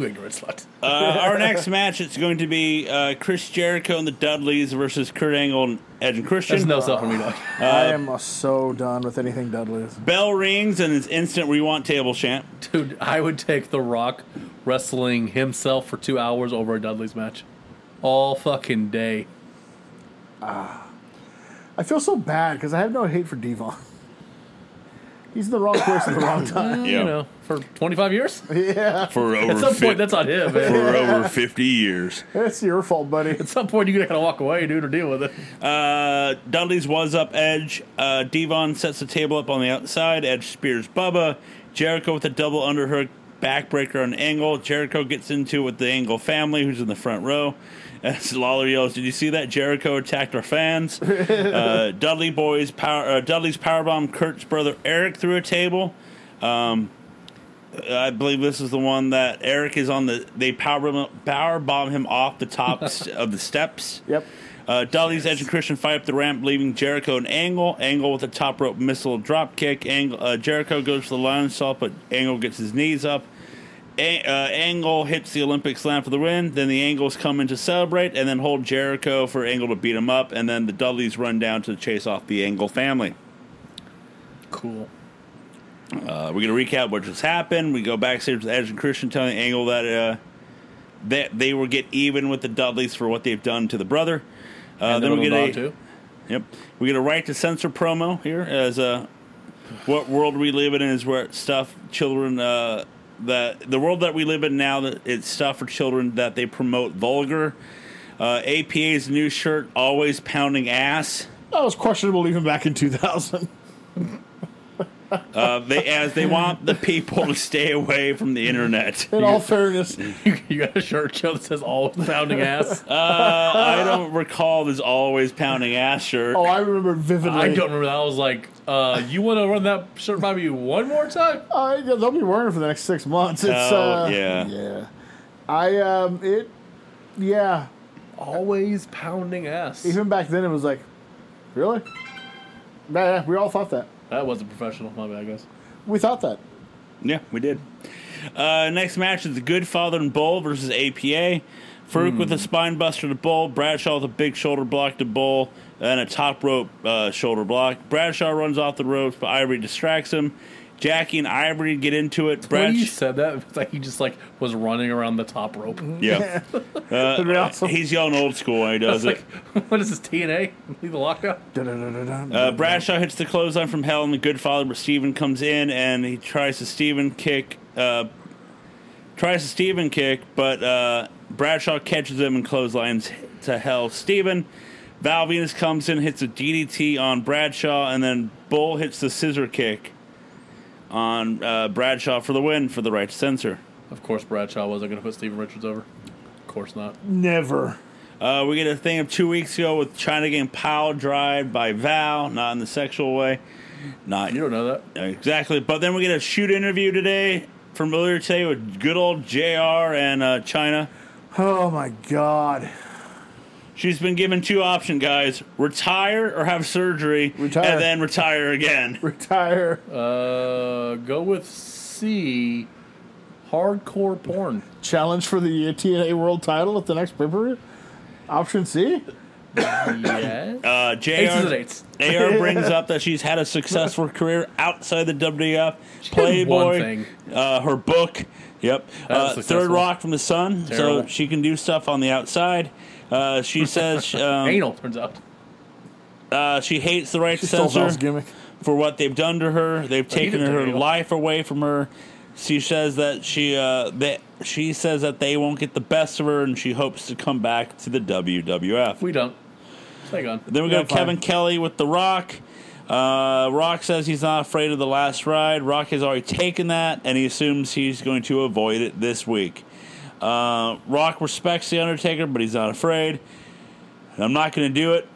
Speaker 3: ignorant slut.
Speaker 1: Uh, our next match it's going to be uh, Chris Jericho and the Dudleys versus Kurt Angle and Edge and
Speaker 3: That's
Speaker 1: Christian.
Speaker 3: no stuff for
Speaker 1: [LAUGHS]
Speaker 3: me, dog.
Speaker 2: I am uh, so done with anything Dudley's.
Speaker 1: Bell rings and it's instant rewind table chant.
Speaker 3: Dude, I would take The Rock wrestling himself for two hours over a Dudley's match. All fucking day.
Speaker 2: I feel so bad because I have no hate for Devon. [LAUGHS] He's in the wrong place at the wrong time.
Speaker 3: [LAUGHS] Eh,
Speaker 1: Yeah.
Speaker 3: You know, for 25 years?
Speaker 2: Yeah,
Speaker 1: For over
Speaker 3: At some
Speaker 1: fif-
Speaker 3: point, that's on him, man.
Speaker 1: for over fifty years.
Speaker 2: it's your fault, buddy.
Speaker 3: At [LAUGHS] some point, you're going to walk away, dude, or deal with it.
Speaker 1: Uh, Dudley's was up Edge. Uh, Devon sets the table up on the outside. Edge spears Bubba. Jericho with a double underhook backbreaker on Angle. Jericho gets into it with the Angle family, who's in the front row. [LAUGHS] As Lawler yells, "Did you see that? Jericho attacked our fans." uh, Dudley boys power. Uh, Dudley's powerbomb Kurt's brother Eric through a table. Um, I believe this is the one that Eric is on the. They power power bomb him off the top of the steps.
Speaker 2: Yep.
Speaker 1: Uh, Dolly's Edge and Christian fight up the ramp, leaving Jericho and Angle. Angle with a top rope missile drop kick. Angle, uh, Jericho goes for the lion salt, but Angle gets his knees up. A- uh, Angle hits the Olympic slam for the win. Then the Angles come in to celebrate and then hold Jericho for Angle to beat him up. And then the Dudleys run down to chase off the Angle family.
Speaker 3: Cool.
Speaker 1: Uh, we're going to recap what just happened. We go backstage with Edge and Christian telling Angle that uh, they, they will get even with the Dudleys for what they've done to the brother. Uh,
Speaker 3: And
Speaker 1: then
Speaker 3: then
Speaker 1: we
Speaker 3: we'll
Speaker 1: get
Speaker 3: move
Speaker 1: a
Speaker 3: on to
Speaker 1: Yep. We get a right to censor promo here as uh, what world we live in is where stuff children uh, the the world that we live in now that it's stuff for children that they promote vulgar. Uh, APA's new shirt always pounding ass.
Speaker 2: That was questionable even back in 2000.
Speaker 1: Uh, they as they want the people to stay away from the internet.
Speaker 2: In all fairness,
Speaker 3: [LAUGHS] you got a shirt show that says all pounding ass.
Speaker 1: Uh, [LAUGHS] I don't recall this always pounding ass shirt.
Speaker 2: oh, I remember vividly.
Speaker 3: I don't remember that. I was like, uh, you want to run that shirt by me one more time?
Speaker 2: Uh, yeah, they'll be wearing it for the next six months. It's
Speaker 1: Oh,
Speaker 2: uh,
Speaker 1: yeah.
Speaker 2: yeah. I um, it, yeah.
Speaker 3: Always pounding ass.
Speaker 2: Even back then, it was like, really? Yeah, yeah, we all thought that.
Speaker 3: That wasn't professional. My bad, guys.
Speaker 2: We thought that. [LAUGHS]
Speaker 1: Yeah, we did. Uh, next match is the Good Father and Bull versus APA. Farouk with
Speaker 3: Hmm.
Speaker 1: a spine buster to Bull. Bradshaw with a big shoulder block to Bull and a top rope uh, shoulder block. Bradshaw runs off the ropes, but Ivory distracts him. Jackie and Ivory get into it.
Speaker 3: When you
Speaker 1: Bradshaw.
Speaker 3: said that, [LAUGHS] it's like he just like was running around the top rope. [LAUGHS]
Speaker 1: Yeah. Uh,
Speaker 2: That'd be awesome.
Speaker 1: He's yelling old school when he
Speaker 3: I
Speaker 1: does
Speaker 3: was
Speaker 1: it.
Speaker 3: like, [LAUGHS] what is this TNA? Leave the lockdown.
Speaker 1: Uh, Bradshaw hits the clothesline from hell, and the good father, but Steven comes in and he tries to Steven kick, uh, tries to Steven kick, but uh, Bradshaw catches him and clotheslines to hell. Steven, Val Venus comes in, hits a DDT on Bradshaw, and then Bull hits the scissor kick on uh, Bradshaw for the win for the right to censor.
Speaker 3: Of course, Bradshaw wasn't going to put Steven Richards over. Of course not.
Speaker 2: Never.
Speaker 1: Uh, we get a thing of two weeks ago with China getting pile drive by Val, not in the sexual way, not
Speaker 3: You don't know that.
Speaker 1: Exactly. But then we get a shoot interview today from earlier today with good old JR and uh, China.
Speaker 2: Oh my god.
Speaker 1: She's been given two options, guys retire or have surgery,
Speaker 2: Retire.
Speaker 1: and then retire again.
Speaker 2: Retire.
Speaker 3: Uh, go with C. Hardcore porn.
Speaker 2: Challenge for the TNA World Title at the next pay per view. Option C.
Speaker 3: Yes.
Speaker 1: Uh, JR
Speaker 3: Aces and eights.
Speaker 2: [LAUGHS]
Speaker 1: AR brings up that she's had a successful career outside the WWF,
Speaker 3: did one
Speaker 1: Playboy,
Speaker 3: thing.
Speaker 1: uh, her book, yep,
Speaker 3: was
Speaker 1: uh, Third
Speaker 3: successful.
Speaker 1: Rock from the Sun, so
Speaker 3: Terrible.
Speaker 1: she can do stuff on the outside. Uh, she
Speaker 3: [LAUGHS]
Speaker 1: says um,
Speaker 3: Anal turns out.
Speaker 1: uh, she hates the right to
Speaker 2: She stole
Speaker 1: censor.
Speaker 2: Val's gimmick.
Speaker 1: for what they've done to her. They've taken
Speaker 3: didn't
Speaker 1: her
Speaker 3: do it.
Speaker 1: life away from her. She says that she uh, that she says that they won't get the best of her, and she hopes to come back to the WWF.
Speaker 3: We don't. Hang on.
Speaker 1: Then we
Speaker 2: Yeah,
Speaker 1: got Kevin
Speaker 2: fine.
Speaker 1: Kelly with The Rock. Uh, Rock says he's not afraid of the last ride. Rock has already taken that, and he assumes he's going to avoid it this week. Uh, Rock respects the Undertaker, but he's not afraid. And I'm not going to do it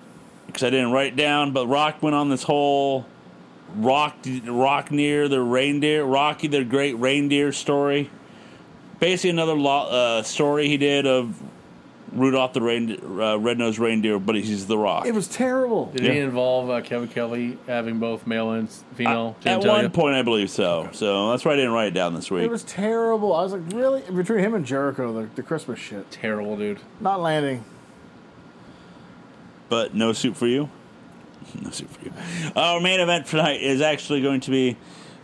Speaker 1: because I didn't write it down. But Rock went on this whole Rock Rock near the reindeer, Rocky the Great Reindeer story. Basically, another lo- uh, story he did of Rudolph the rein- uh, Red-Nosed Reindeer, but he's the Rock.
Speaker 2: It was terrible.
Speaker 3: Did he
Speaker 1: Yeah. Uh,
Speaker 3: involve uh, Kevin Kelly having both male and s- female
Speaker 1: At
Speaker 3: genitalia?
Speaker 1: one point, I believe so. So that's why I didn't write it down this
Speaker 2: It
Speaker 1: week.
Speaker 2: was terrible. I was like, really? Between him and Jericho, the, the Christmas shit.
Speaker 3: Terrible, dude.
Speaker 2: Not landing.
Speaker 1: but no soup for you. [LAUGHS] No soup for you. Our main event tonight is actually going to be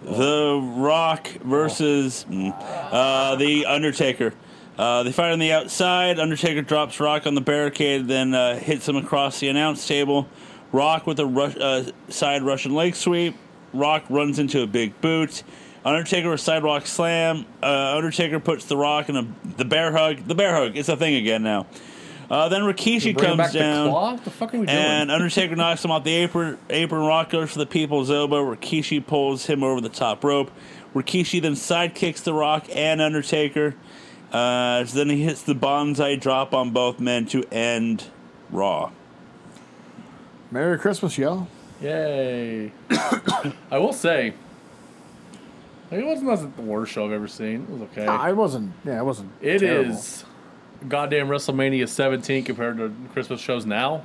Speaker 1: The Rock versus mm, uh, The Undertaker. Uh, they fight on the outside. Undertaker drops Rock on the barricade, then uh, hits him across the announce table. Rock with a rush, uh, side Russian leg sweep. Rock runs into a big boot. Undertaker with sidewalk slam. Uh, Undertaker puts the Rock in a, the bear hug. The bear hug. It's a thing again now. Uh, then Rikishi comes
Speaker 3: Bring back the
Speaker 1: down.
Speaker 3: claw? What the fuck are we doing?
Speaker 1: And uh, Undertaker knocks him off the apron. Apron rock goes for the people's elbow. Rikishi pulls him over the top rope. Rikishi then sidekicks the Rock and Undertaker. Uh, so then he hits the bonsai drop on both men to end Raw.
Speaker 2: Merry Christmas, y'all.
Speaker 3: Yay. [COUGHS] I will say, like, it wasn't, wasn't the worst show I've ever seen. It was okay.
Speaker 2: I wasn't. Yeah, I wasn't.
Speaker 3: It is
Speaker 2: terrible.
Speaker 3: goddamn WrestleMania 17 compared to Christmas shows now.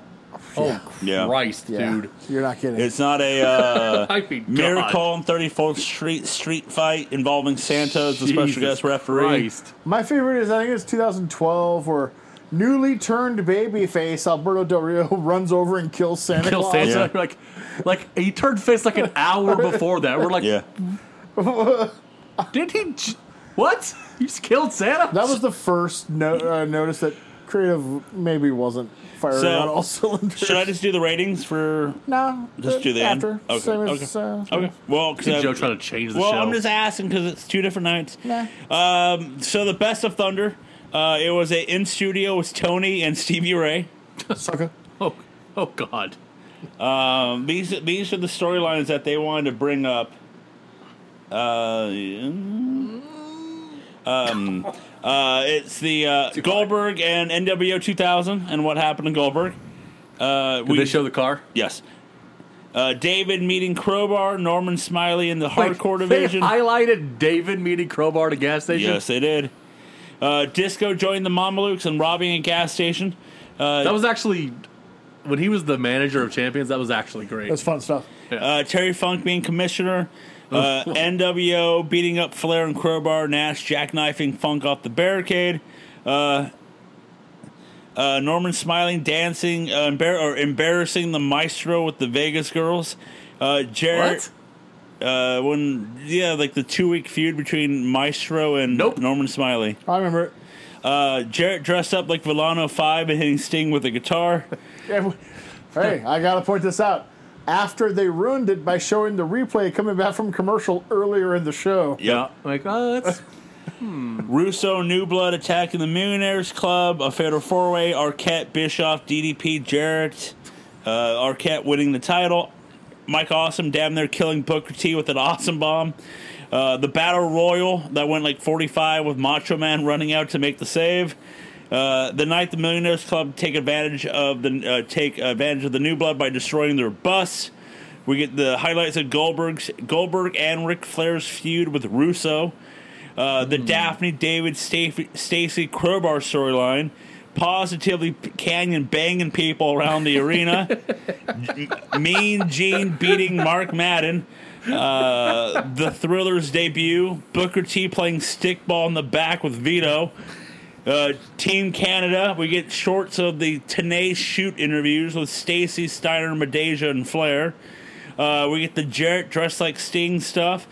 Speaker 3: Oh
Speaker 1: Yeah.
Speaker 3: Christ,
Speaker 2: Yeah.
Speaker 3: dude!
Speaker 2: You're not kidding.
Speaker 1: It's not a
Speaker 3: [LAUGHS]
Speaker 1: uh, [LAUGHS]
Speaker 3: I mean, God.
Speaker 1: miracle on 34th Street street fight involving Santa as the special
Speaker 3: Jesus
Speaker 1: guest referee.
Speaker 3: Christ.
Speaker 2: My favorite is I think it's 2012 where newly turned babyface Alberto Del Rio [LAUGHS] runs over and kills Santa
Speaker 4: Kill
Speaker 2: Claus.
Speaker 4: Santa.
Speaker 1: Yeah.
Speaker 4: Like, like he turned face like an
Speaker 1: [LAUGHS]
Speaker 4: hour before that. We're like,
Speaker 1: Yeah,
Speaker 4: did he? J- what? You just killed Santa?
Speaker 2: That was the first no- uh, notice that creative maybe wasn't firing
Speaker 1: So-
Speaker 2: on all [LAUGHS] cylinders.
Speaker 1: should I just do the ratings for?
Speaker 2: No,
Speaker 1: Just do the end?
Speaker 2: after.
Speaker 1: Okay,
Speaker 2: Same as
Speaker 1: okay.
Speaker 2: uh,
Speaker 1: Okay, well, 'cause I-
Speaker 4: Joe trying to change the
Speaker 1: well,
Speaker 4: show.
Speaker 1: I'm just asking because it's two different nights.
Speaker 2: Nah.
Speaker 1: Um, so the best of Thunder, uh, it was a in studio with Tony and Stevie Ray.
Speaker 2: sucker.
Speaker 4: oh, oh God.
Speaker 1: Um, these these are the storylines that they wanted to bring up. Uh, um, uh, it's the uh, Goldberg and NWO 2000 and what happened to Goldberg. Uh,
Speaker 4: Did
Speaker 1: we
Speaker 4: they show the car?
Speaker 1: yes. Uh, David meeting Crowbar, Norman Smiley in the hardcore
Speaker 4: Wait,
Speaker 1: division.
Speaker 4: They highlighted David meeting Crowbar at a gas station.
Speaker 1: yes, they did. Uh, Disco joined the Mamelukes and robbing a gas station.
Speaker 4: That was actually when he was the manager of champions. That was actually great.
Speaker 2: That's fun stuff.
Speaker 1: Uh, Terry Funk being commissioner.
Speaker 4: [LAUGHS]
Speaker 1: Uh, NWO beating up Flair and Crowbar. Nash jackknifing Funk off the barricade. Uh, uh, Norman smiling, dancing, uh, embar- or embarrassing the maestro with the Vegas girls. Uh, Jarrett,
Speaker 4: what?
Speaker 1: uh, when yeah, like the two week feud between Maestro and
Speaker 4: Nope.
Speaker 1: Norman Smiley.
Speaker 2: I remember it.
Speaker 1: Uh, Jarrett dressed up like Villano Five and hitting Sting with a guitar.
Speaker 2: Yeah, Hey, I gotta point this out. After they ruined it by showing the replay coming back from commercial earlier in the show,
Speaker 4: Yeah. Like, oh, that's
Speaker 1: Russo, New Blood attacking the Millionaires Club, a fatal four way, Arquette, Bischoff, DDP, Jarrett, uh, Arquette winning the title, Mike Awesome damn near killing Booker T with an awesome bomb, uh, the Battle Royal that went like 45 with Macho Man running out to make the save. Uh, the night the Millionaires Club take advantage of the uh, take advantage of the New Blood by destroying their bus. We get the highlights of Goldberg's Goldberg and Ric Flair's feud with Russo. Uh, the Daphne David Staf- Stacy Crowbar storyline, positively p- Canyon banging people around the arena, M- Mean Gene beating Mark Madden, uh, the Thriller's debut, Booker T playing stickball in the back with Vito. Uh, Team Canada, we get shorts of the Tanae shoot interviews with Stacy Steiner, Medeja, and Flair. Uh, we get the Jarrett dressed like Sting stuff.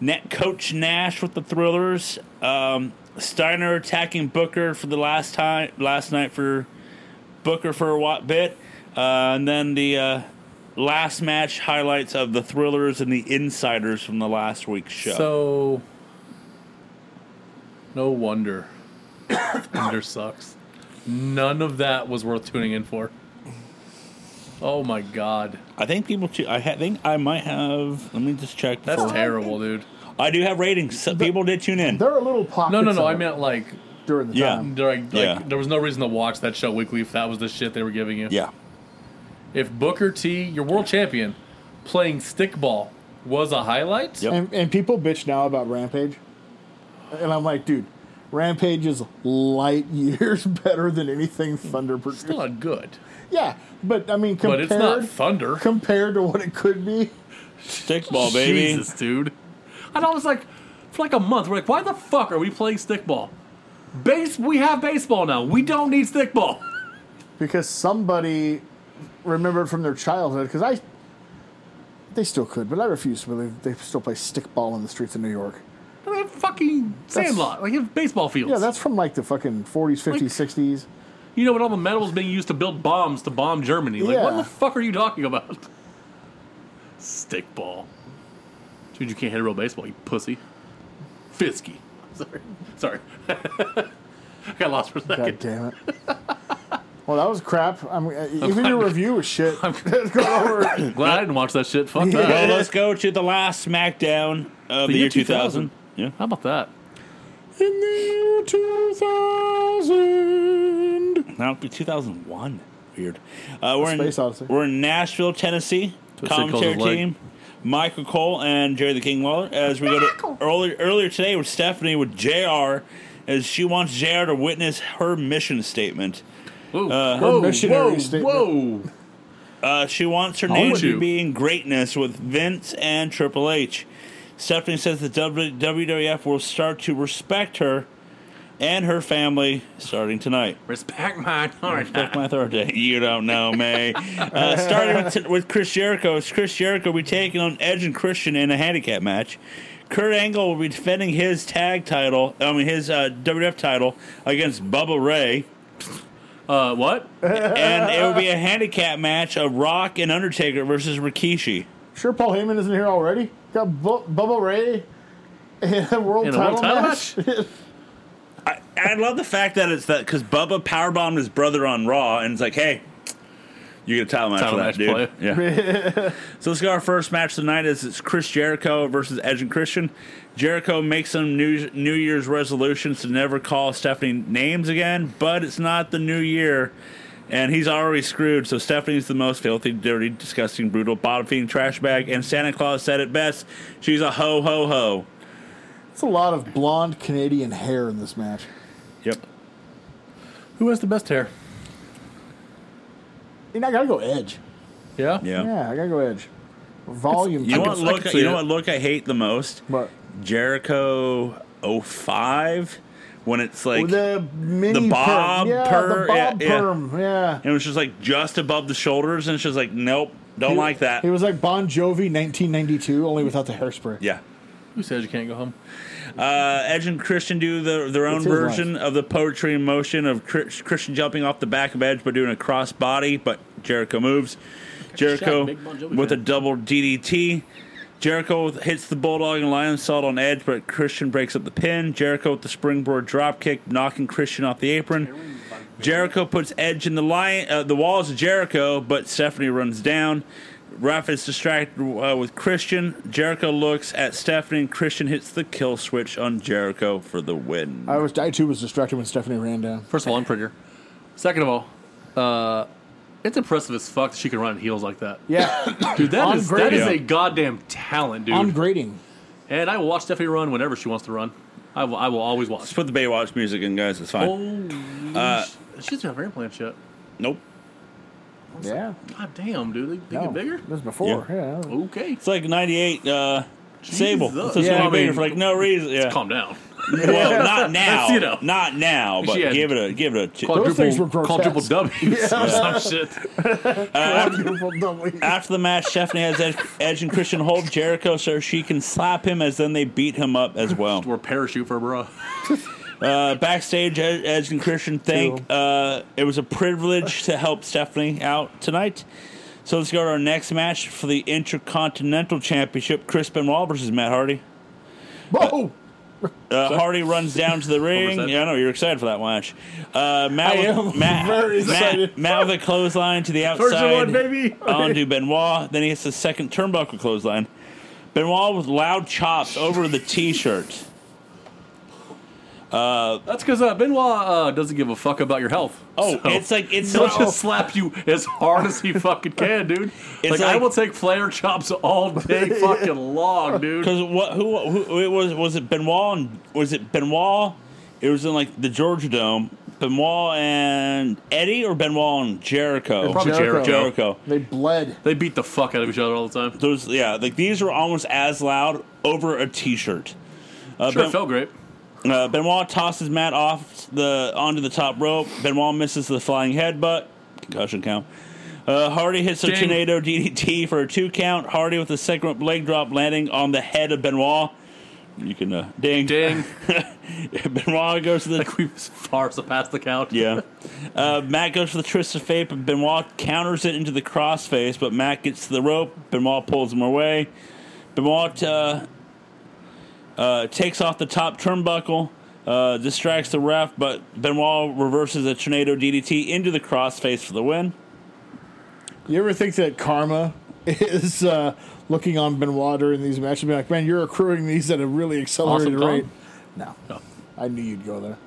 Speaker 1: Net Coach Nash with the thrillers. Um, Steiner attacking Booker for the last time last night for Booker for a what bit, uh, and then the uh, last match highlights of the thrillers and the insiders from the last week's show.
Speaker 3: So, no wonder [COUGHS] Thunder sucks. None of that was worth tuning in for. Oh my god,
Speaker 1: I think people. Too, I ha- think I might have. Let me just check.
Speaker 3: that's
Speaker 1: before-
Speaker 3: terrible, dude.
Speaker 1: I do have ratings. So people did tune in.
Speaker 2: there are little pockets.
Speaker 3: No, no, no.
Speaker 2: of
Speaker 3: I
Speaker 2: it
Speaker 3: meant like
Speaker 2: during the
Speaker 1: Yeah.
Speaker 2: time.
Speaker 3: during like
Speaker 1: Yeah.
Speaker 3: there was no reason to watch that show weekly if that was the shit they were giving you.
Speaker 1: Yeah.
Speaker 3: If Booker T, your world champion, playing stickball was a highlight,
Speaker 1: Yep.
Speaker 2: And, and people bitch now about Rampage, and I'm like, dude, Rampage is light [LAUGHS] years better than anything Thunder produced.
Speaker 3: still not good.
Speaker 2: Yeah, but I mean,
Speaker 3: But
Speaker 2: compared
Speaker 3: it's not Thunder.
Speaker 2: compared to what it could be,
Speaker 1: Stickball, baby.
Speaker 4: Jesus, dude. And I was like, for like a month, we're like, why the fuck are we playing stickball? Base, we have baseball now. We don't need stickball. [LAUGHS]
Speaker 2: because somebody remembered from their childhood. Because I, they still could, but I refuse to believe they still play stickball in the streets of New York.
Speaker 4: They have fucking sandlot, like you have baseball fields.
Speaker 2: Yeah, that's from like the fucking 40s, 50s, [LAUGHS] 60s.
Speaker 4: you know what? All the metal is being used to build bombs to bomb Germany. Like, what
Speaker 2: Yeah.
Speaker 4: the fuck are you talking about? [LAUGHS] Stickball, dude. You can't hit a real baseball, you pussy. Fisky. [LAUGHS] Sorry, sorry. [LAUGHS] I got lost for a second.
Speaker 2: God damn it. Well, that was crap. I mean, uh, even [LAUGHS] your review was shit. [LAUGHS] Go over.
Speaker 4: [COUGHS] Glad I didn't watch that shit. Fuck that.
Speaker 1: Well, let's go to the last SmackDown of the, year 2000. Yeah.
Speaker 4: How about that?
Speaker 2: In the year 2000.
Speaker 1: No, it'd be 2001. Weird. Uh, we're,
Speaker 2: Space
Speaker 1: in,
Speaker 2: Odyssey.
Speaker 1: we're in Nashville, Tennessee.
Speaker 4: Twisted
Speaker 1: commentary
Speaker 4: Cole's leg.
Speaker 1: team, Michael Cole and Jerry the King Lawler. As we go to earlier, earlier today with Stephanie with JR as she wants JR to witness her mission statement.
Speaker 4: Whoa,
Speaker 2: Her
Speaker 4: Uh, whoa,
Speaker 2: missionary
Speaker 4: whoa,
Speaker 2: statement.
Speaker 4: whoa.
Speaker 1: Uh, she wants her
Speaker 3: How
Speaker 1: name
Speaker 3: would
Speaker 1: to
Speaker 3: you?
Speaker 1: be in greatness with Vince and Triple H. Stephanie says the W- WWF will start to respect her and her family starting tonight.
Speaker 4: Respect my [LAUGHS] authority.
Speaker 1: Respect my authority. [LAUGHS] You don't know me. Uh, starting with, with Chris Jericho, it's Chris Jericho will be taking on Edge and Christian in a handicap match. Kurt Angle will be defending his tag title, I mean his uh, WWF title against Bubba Ray,
Speaker 4: Uh, what?
Speaker 1: and it will be a handicap match of Rock and Undertaker versus Rikishi.
Speaker 2: Sure, Paul Heyman isn't here already. Got Bu- Bubba Ray in a world
Speaker 4: In a
Speaker 2: title
Speaker 4: world title
Speaker 2: match.
Speaker 1: I love the fact that it's that because Bubba powerbombed his brother on Raw, and it's like, hey, you get a title match
Speaker 4: Title
Speaker 1: for
Speaker 4: match
Speaker 1: that, dude.
Speaker 4: play.
Speaker 1: Yeah. [LAUGHS] so let's go. Our first match tonight is it's Chris Jericho versus Edge and Christian. Jericho makes some new New Year's resolutions to never call Stephanie names again, but it's not the new year. And he's already screwed, so Stephanie's the most filthy, dirty, disgusting, brutal, bottom feeding trash bag. And Santa Claus said it best she's a ho, ho, ho.
Speaker 2: [LAUGHS] It's a lot of blonde Canadian hair in this match.
Speaker 1: Yep.
Speaker 3: Who has the best hair?
Speaker 2: You know, I gotta go Edge.
Speaker 3: Yeah.
Speaker 1: Yeah.
Speaker 2: Yeah, I gotta go Edge. Volume.
Speaker 1: You know
Speaker 2: two.
Speaker 1: what
Speaker 3: I
Speaker 1: look?
Speaker 3: can see
Speaker 1: you know
Speaker 3: it.
Speaker 1: what look I hate the most?
Speaker 2: But
Speaker 1: Jericho 05 when it's like
Speaker 2: the mini
Speaker 1: bob
Speaker 2: perm. Yeah,
Speaker 1: per-
Speaker 2: the bob
Speaker 1: yeah, yeah.
Speaker 2: perm. Yeah.
Speaker 1: it was just like just above the shoulders, and it's just like nope, don't like that.
Speaker 2: He was like Bon Jovi 1992, only without the hairspray.
Speaker 1: yeah.
Speaker 3: Who says you can't go home?
Speaker 1: Uh, Edge and Christian do the, their own
Speaker 2: It's his
Speaker 1: version of the poetry in motion of Chris, Christian jumping off the back of Edge but doing a cross body, but Jericho moves. Jericho
Speaker 4: shot, big Bon Jovi
Speaker 1: with
Speaker 4: fan.
Speaker 1: a double DDT. Jericho hits the Bulldog and Lion Salt on Edge, but Christian breaks up the pin. Jericho with the springboard dropkick, knocking Christian off the apron. Jericho puts Edge in the lion, uh, the walls of Jericho, but Stephanie runs down. Ref is distracted uh, with Christian. Jericho looks at Stephanie, and Christian hits the kill switch on Jericho for the win.
Speaker 2: I was I too was distracted when Stephanie ran down.
Speaker 4: First of all, I'm prettier. Second of all, uh, it's impressive as fuck that she can run in heels like that.
Speaker 2: Yeah,
Speaker 1: [COUGHS]
Speaker 4: Dude, that
Speaker 2: On
Speaker 4: is
Speaker 2: grade.
Speaker 4: that is
Speaker 1: Yeah.
Speaker 4: a goddamn talent, dude.
Speaker 2: on grading.
Speaker 4: and I will watch Stephanie run whenever she wants to run. I will, I will always
Speaker 1: Let's
Speaker 4: watch. Uh,
Speaker 1: put the Baywatch music in, guys. It's fine.
Speaker 4: Holy sh- she's not airplane shit.
Speaker 1: Oh. Nope.
Speaker 2: Yeah,
Speaker 4: God damn, dude. They, they
Speaker 2: no,
Speaker 4: get bigger?
Speaker 2: This before. Yeah,
Speaker 4: Okay.
Speaker 1: It's like 98 uh, Sable. It's just
Speaker 4: Yeah,
Speaker 1: yeah,
Speaker 4: I mean-
Speaker 1: for like no reason. Yeah.
Speaker 4: Calm down.
Speaker 1: Well,
Speaker 4: [LAUGHS]
Speaker 1: not now.
Speaker 4: you know.
Speaker 1: Not now, but
Speaker 4: She had-
Speaker 1: give it a give it a. ch-
Speaker 2: Those things were grotesque.
Speaker 4: quadruple
Speaker 3: [LAUGHS]
Speaker 4: W's or some shit.
Speaker 1: Uh,
Speaker 2: [LAUGHS]
Speaker 1: [LAUGHS] After the match, Stephanie has Edge, Edge and Christian hold Jericho so she can slap him, as then they beat him up as well.
Speaker 4: Or parachute for bro.
Speaker 1: Uh, backstage, Ed- Edge and Christian thank. Uh, it was a privilege to help Stephanie out tonight. So let's go to our next match for the Intercontinental Championship: Chris Benoit versus Matt Hardy.
Speaker 2: Whoa!
Speaker 1: Uh, Hardy runs down to the ring.
Speaker 4: Overset.
Speaker 1: Yeah, I know you're excited for that match. Uh, Matt,
Speaker 2: I
Speaker 1: with,
Speaker 2: am
Speaker 1: Matt,
Speaker 2: very
Speaker 1: Matt-
Speaker 2: excited.
Speaker 1: Matt with a clothesline to the
Speaker 3: First
Speaker 1: outside.
Speaker 3: of one, baby.
Speaker 1: onto Benoit. Then he hits the second turnbuckle clothesline. Benoit with loud chops over the T-shirt.
Speaker 4: That's because uh, Benoit uh, doesn't give a fuck about your health.
Speaker 1: Oh,
Speaker 4: So-
Speaker 1: it's like it's
Speaker 4: [LAUGHS] He'll
Speaker 1: such a
Speaker 4: just slap you as hard as he fucking can, dude. Like, I
Speaker 1: like-
Speaker 4: will take flare chops all
Speaker 3: [LAUGHS]
Speaker 4: day fucking long, dude.
Speaker 1: because what who, who it was was it Benoit and was it Benoit? It was in like the Georgia Dome. Benoit and Eddie or Benoit and Jericho.
Speaker 4: Probably
Speaker 2: Jericho.
Speaker 4: Jericho.
Speaker 1: Jericho.
Speaker 2: They bled.
Speaker 4: They beat the fuck out of each other all the time.
Speaker 1: Those yeah, like these were almost as loud over a T-shirt. Uh,
Speaker 4: Sure,
Speaker 1: Ben-
Speaker 4: it felt great.
Speaker 1: Uh, Benoit tosses Matt off the onto the top rope. Benoit misses the flying headbutt. Concussion count. Uh, Hardy hits a
Speaker 4: Ding.
Speaker 1: tornado DDT for a two count. Hardy with a second leg drop landing on the head of Benoit. You can uh, ding.
Speaker 4: Dang, [LAUGHS]
Speaker 1: Benoit goes to the [LAUGHS]
Speaker 4: like we far surpassed the count.
Speaker 1: yeah. Uh, Matt goes for the twist of fate, but Benoit counters it into the crossface. But Matt gets to the rope. Benoit pulls him away. Benoit uh, uh, takes off the top turnbuckle, uh, distracts the ref, but Benoit reverses a tornado DDT into the crossface for the win.
Speaker 2: You ever think that karma [LAUGHS] is uh, looking on Benoit during these matches and be like, man, you're accruing these at a really accelerated
Speaker 4: Awesome, Tom.
Speaker 2: rate? No. I knew you'd go there.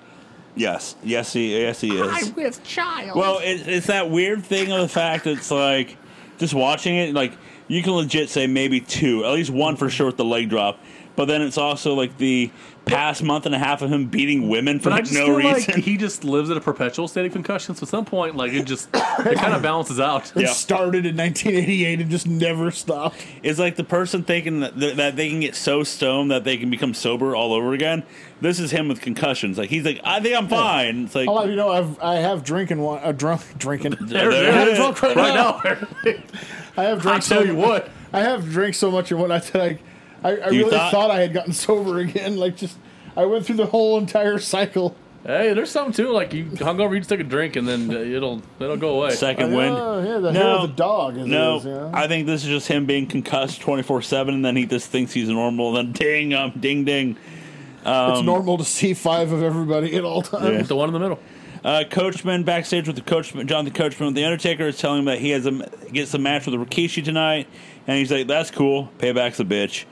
Speaker 1: Yes, yes, he, yes, he is.
Speaker 5: with child.
Speaker 1: Well, it, it's that weird thing of the fact that it's like just watching it, like you can legit say maybe two, at least one for sure with the leg drop. But then it's also like the past month and a half of him beating women for
Speaker 4: But I
Speaker 1: like
Speaker 4: just
Speaker 1: no
Speaker 4: feel
Speaker 1: reason. [LAUGHS]
Speaker 4: like he just lives in a perpetual state of concussion. So at some point, like it just it
Speaker 1: [COUGHS]
Speaker 4: kind of balances out. [LAUGHS]
Speaker 1: Yeah.
Speaker 2: Started in 1988 and just never stopped.
Speaker 1: It's like the person thinking that, that they can get so stoned that they can become sober all over again. This is him with concussions. Like he's like, I think I'm fine. It's like
Speaker 4: Oh,
Speaker 2: I'll have you know, I've I have drinking one, uh, drunk [LAUGHS] drinking.
Speaker 1: there it
Speaker 2: I'm
Speaker 1: is.
Speaker 2: drunk right, now.
Speaker 4: [LAUGHS]
Speaker 2: I have
Speaker 4: I
Speaker 2: drank so
Speaker 4: tell you what,
Speaker 2: I have drank so much and what I said I, I, I
Speaker 1: You
Speaker 2: really
Speaker 1: thought-
Speaker 2: thought? I had gotten [LAUGHS] sober again. Like just I went through the whole entire cycle.
Speaker 3: Hey, there's something too. Like you hung over, you just take a drink, and then uh, it'll it'll go away.
Speaker 1: [LAUGHS] Second
Speaker 2: Like,
Speaker 1: wind.
Speaker 2: oh, yeah, the hair
Speaker 1: no,
Speaker 2: of the dog. Is
Speaker 1: no.
Speaker 2: it is, you know?
Speaker 1: I think this is just him being concussed twenty four seven, and then he just thinks he's normal. Then ding, um, ding, ding. Um,
Speaker 2: it's normal to see five of everybody at all times.
Speaker 3: the one in the middle.
Speaker 1: Uh, Coachman backstage with the coachman, Jonathan Coachman with the Undertaker is telling him that he has a gets a match with Rikishi tonight, and he's like, "That's cool. Payback's a bitch."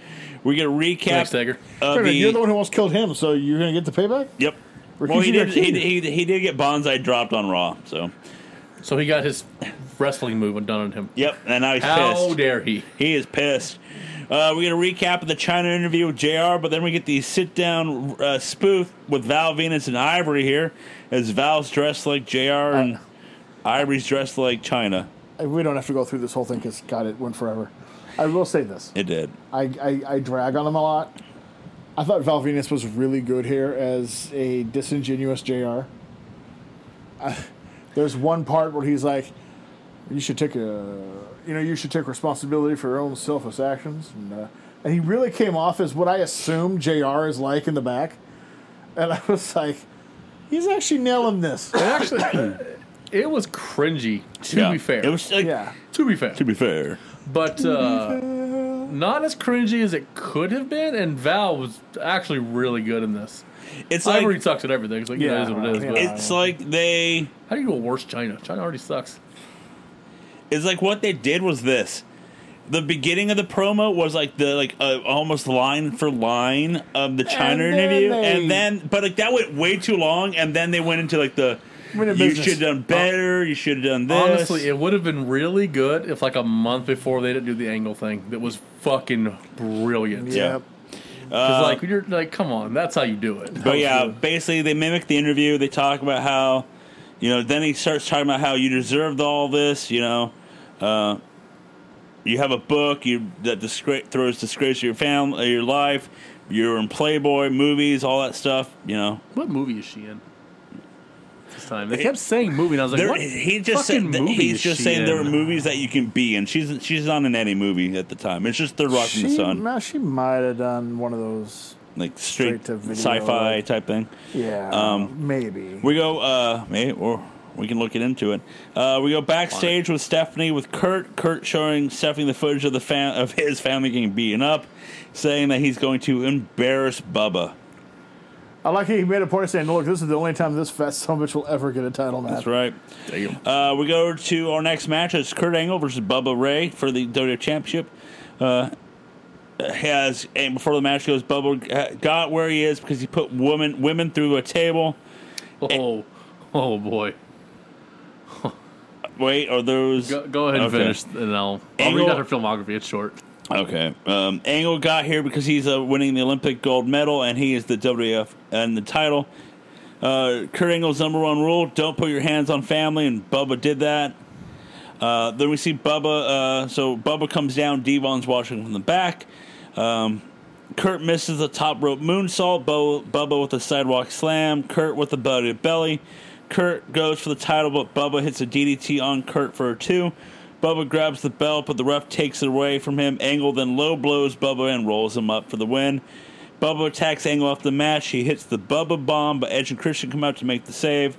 Speaker 1: We get a recap
Speaker 3: Thanks, Tiger.
Speaker 1: of
Speaker 2: Wait a minute,
Speaker 1: the-
Speaker 2: you're the one who almost killed him, so you're gonna get the payback.
Speaker 1: Yep. well, he
Speaker 2: Rikishi
Speaker 1: did, he,
Speaker 2: Rikishi.
Speaker 1: he, he did get Bonsai dropped on Raw, so
Speaker 3: So he got his wrestling move done on him.
Speaker 1: yep. And now he's
Speaker 3: How
Speaker 1: pissed.
Speaker 3: dare he?
Speaker 1: He is pissed. Uh, we get a recap of the China interview with Jr., but then we get the sit-down uh, spoof with Val Venus and Ivory here, as Val's dressed like Jr. and Ivory's dressed like China.
Speaker 2: Uh, We don't have to go through this whole thing because God, it went forever. I will say this:
Speaker 1: It did.
Speaker 2: I, I I drag on him a lot. I thought Val Venus was really good here as a disingenuous Jr. I- there's one part where he's like, "You should take a, you know, you should take responsibility for your own selfish actions," and uh, and he really came off as what I assume Jr. is like in the back, and I was like, he's actually nailing this.
Speaker 3: And actually, it was cringy. To
Speaker 1: Yeah.
Speaker 3: be fair,
Speaker 1: it was like,
Speaker 2: Yeah.
Speaker 3: to be fair,
Speaker 1: To be fair,
Speaker 3: but uh, not as cringy as it could have been. And Val was actually really good in this.
Speaker 1: it's like
Speaker 3: Ivory sucks at everything. It's like yeah,
Speaker 2: Yeah,
Speaker 3: it is what it is.
Speaker 2: yeah.
Speaker 3: But
Speaker 1: it's like they.
Speaker 3: how do you go worse China? China already sucks.
Speaker 1: It's like what they did was this. The beginning of the promo was like the like uh, almost line for line of the China
Speaker 2: And then
Speaker 1: interview,
Speaker 2: they-
Speaker 1: and then but like that went way too long, and then they went into like the
Speaker 2: We're in
Speaker 1: you
Speaker 2: business.
Speaker 1: should have done better, you should have done this.
Speaker 3: Honestly, it would have been really good if like a month before they didn't do the angle thing. That was fucking brilliant.
Speaker 1: Yeah.
Speaker 3: Because like you're like, come on, that's how you do it.
Speaker 1: Uh, but yeah, basically they mimic the interview. They talk about how you know. Then he starts talking about how you deserved all this. You know, uh, you have a book you that disgrace, throws disgrace to your family, your life. You're in Playboy movies, all that stuff. You know.
Speaker 4: what movie is she in? This time they kept saying movie, and I was like,
Speaker 1: There,
Speaker 4: what?
Speaker 1: he just
Speaker 4: fucking
Speaker 1: said that-
Speaker 4: movie
Speaker 1: he's
Speaker 4: is
Speaker 1: just
Speaker 4: she
Speaker 1: saying there are
Speaker 4: in?
Speaker 1: movies that you can be in. She's she's not in any movie at the time. It's just Third Rock from the
Speaker 2: She-
Speaker 1: Sun,
Speaker 2: nah, she might have done one of those.
Speaker 1: like straight,
Speaker 2: straight to video,
Speaker 1: sci-fi
Speaker 2: like-
Speaker 1: type thing.
Speaker 2: Yeah,
Speaker 1: Um,
Speaker 2: maybe.
Speaker 1: We go, uh, maybe, or we can look it into it. Uh, we go backstage with Stephanie with Kurt. Kurt showing Stephanie the footage of the fam- of his family getting beaten up, saying that he's going to embarrass Bubba.
Speaker 2: I like how he made a point of saying, "Look, this is the only time this fat son of a bitch will ever get a title
Speaker 1: That's
Speaker 2: match."
Speaker 1: right. Uh, we go to our next match. It's Kurt Angle versus Bubba Ray for the WWE Championship. Uh, has and before the match goes, Bubba got where he is because he put women women through a table.
Speaker 3: oh, oh boy.
Speaker 1: Wait, are those?
Speaker 3: Go, go ahead and
Speaker 1: Okay.
Speaker 3: finish, and I'll, I'll
Speaker 1: Angle-
Speaker 3: read out her filmography. It's short.
Speaker 1: Okay. Um, Angle got here because he's uh, winning the Olympic gold medal and he is the WF and the title. Uh, Kurt Angle's number one rule: don't put your hands on family, and Bubba did that. Uh, then we see Bubba. Uh, so Bubba comes down. Devon's watching from the back. Um, Kurt misses the top rope moonsault. Bo- Bubba with a sidewalk slam. Kurt with the belly to belly. Kurt goes for the title, but Bubba hits a DDT on Kurt for a two. Bubba grabs the belt, but the ref takes it away from him. Angle then low blows Bubba and rolls him up for the win. Bubba attacks Angle off the match. He hits the Bubba bomb, but Edge and Christian come out to make the save.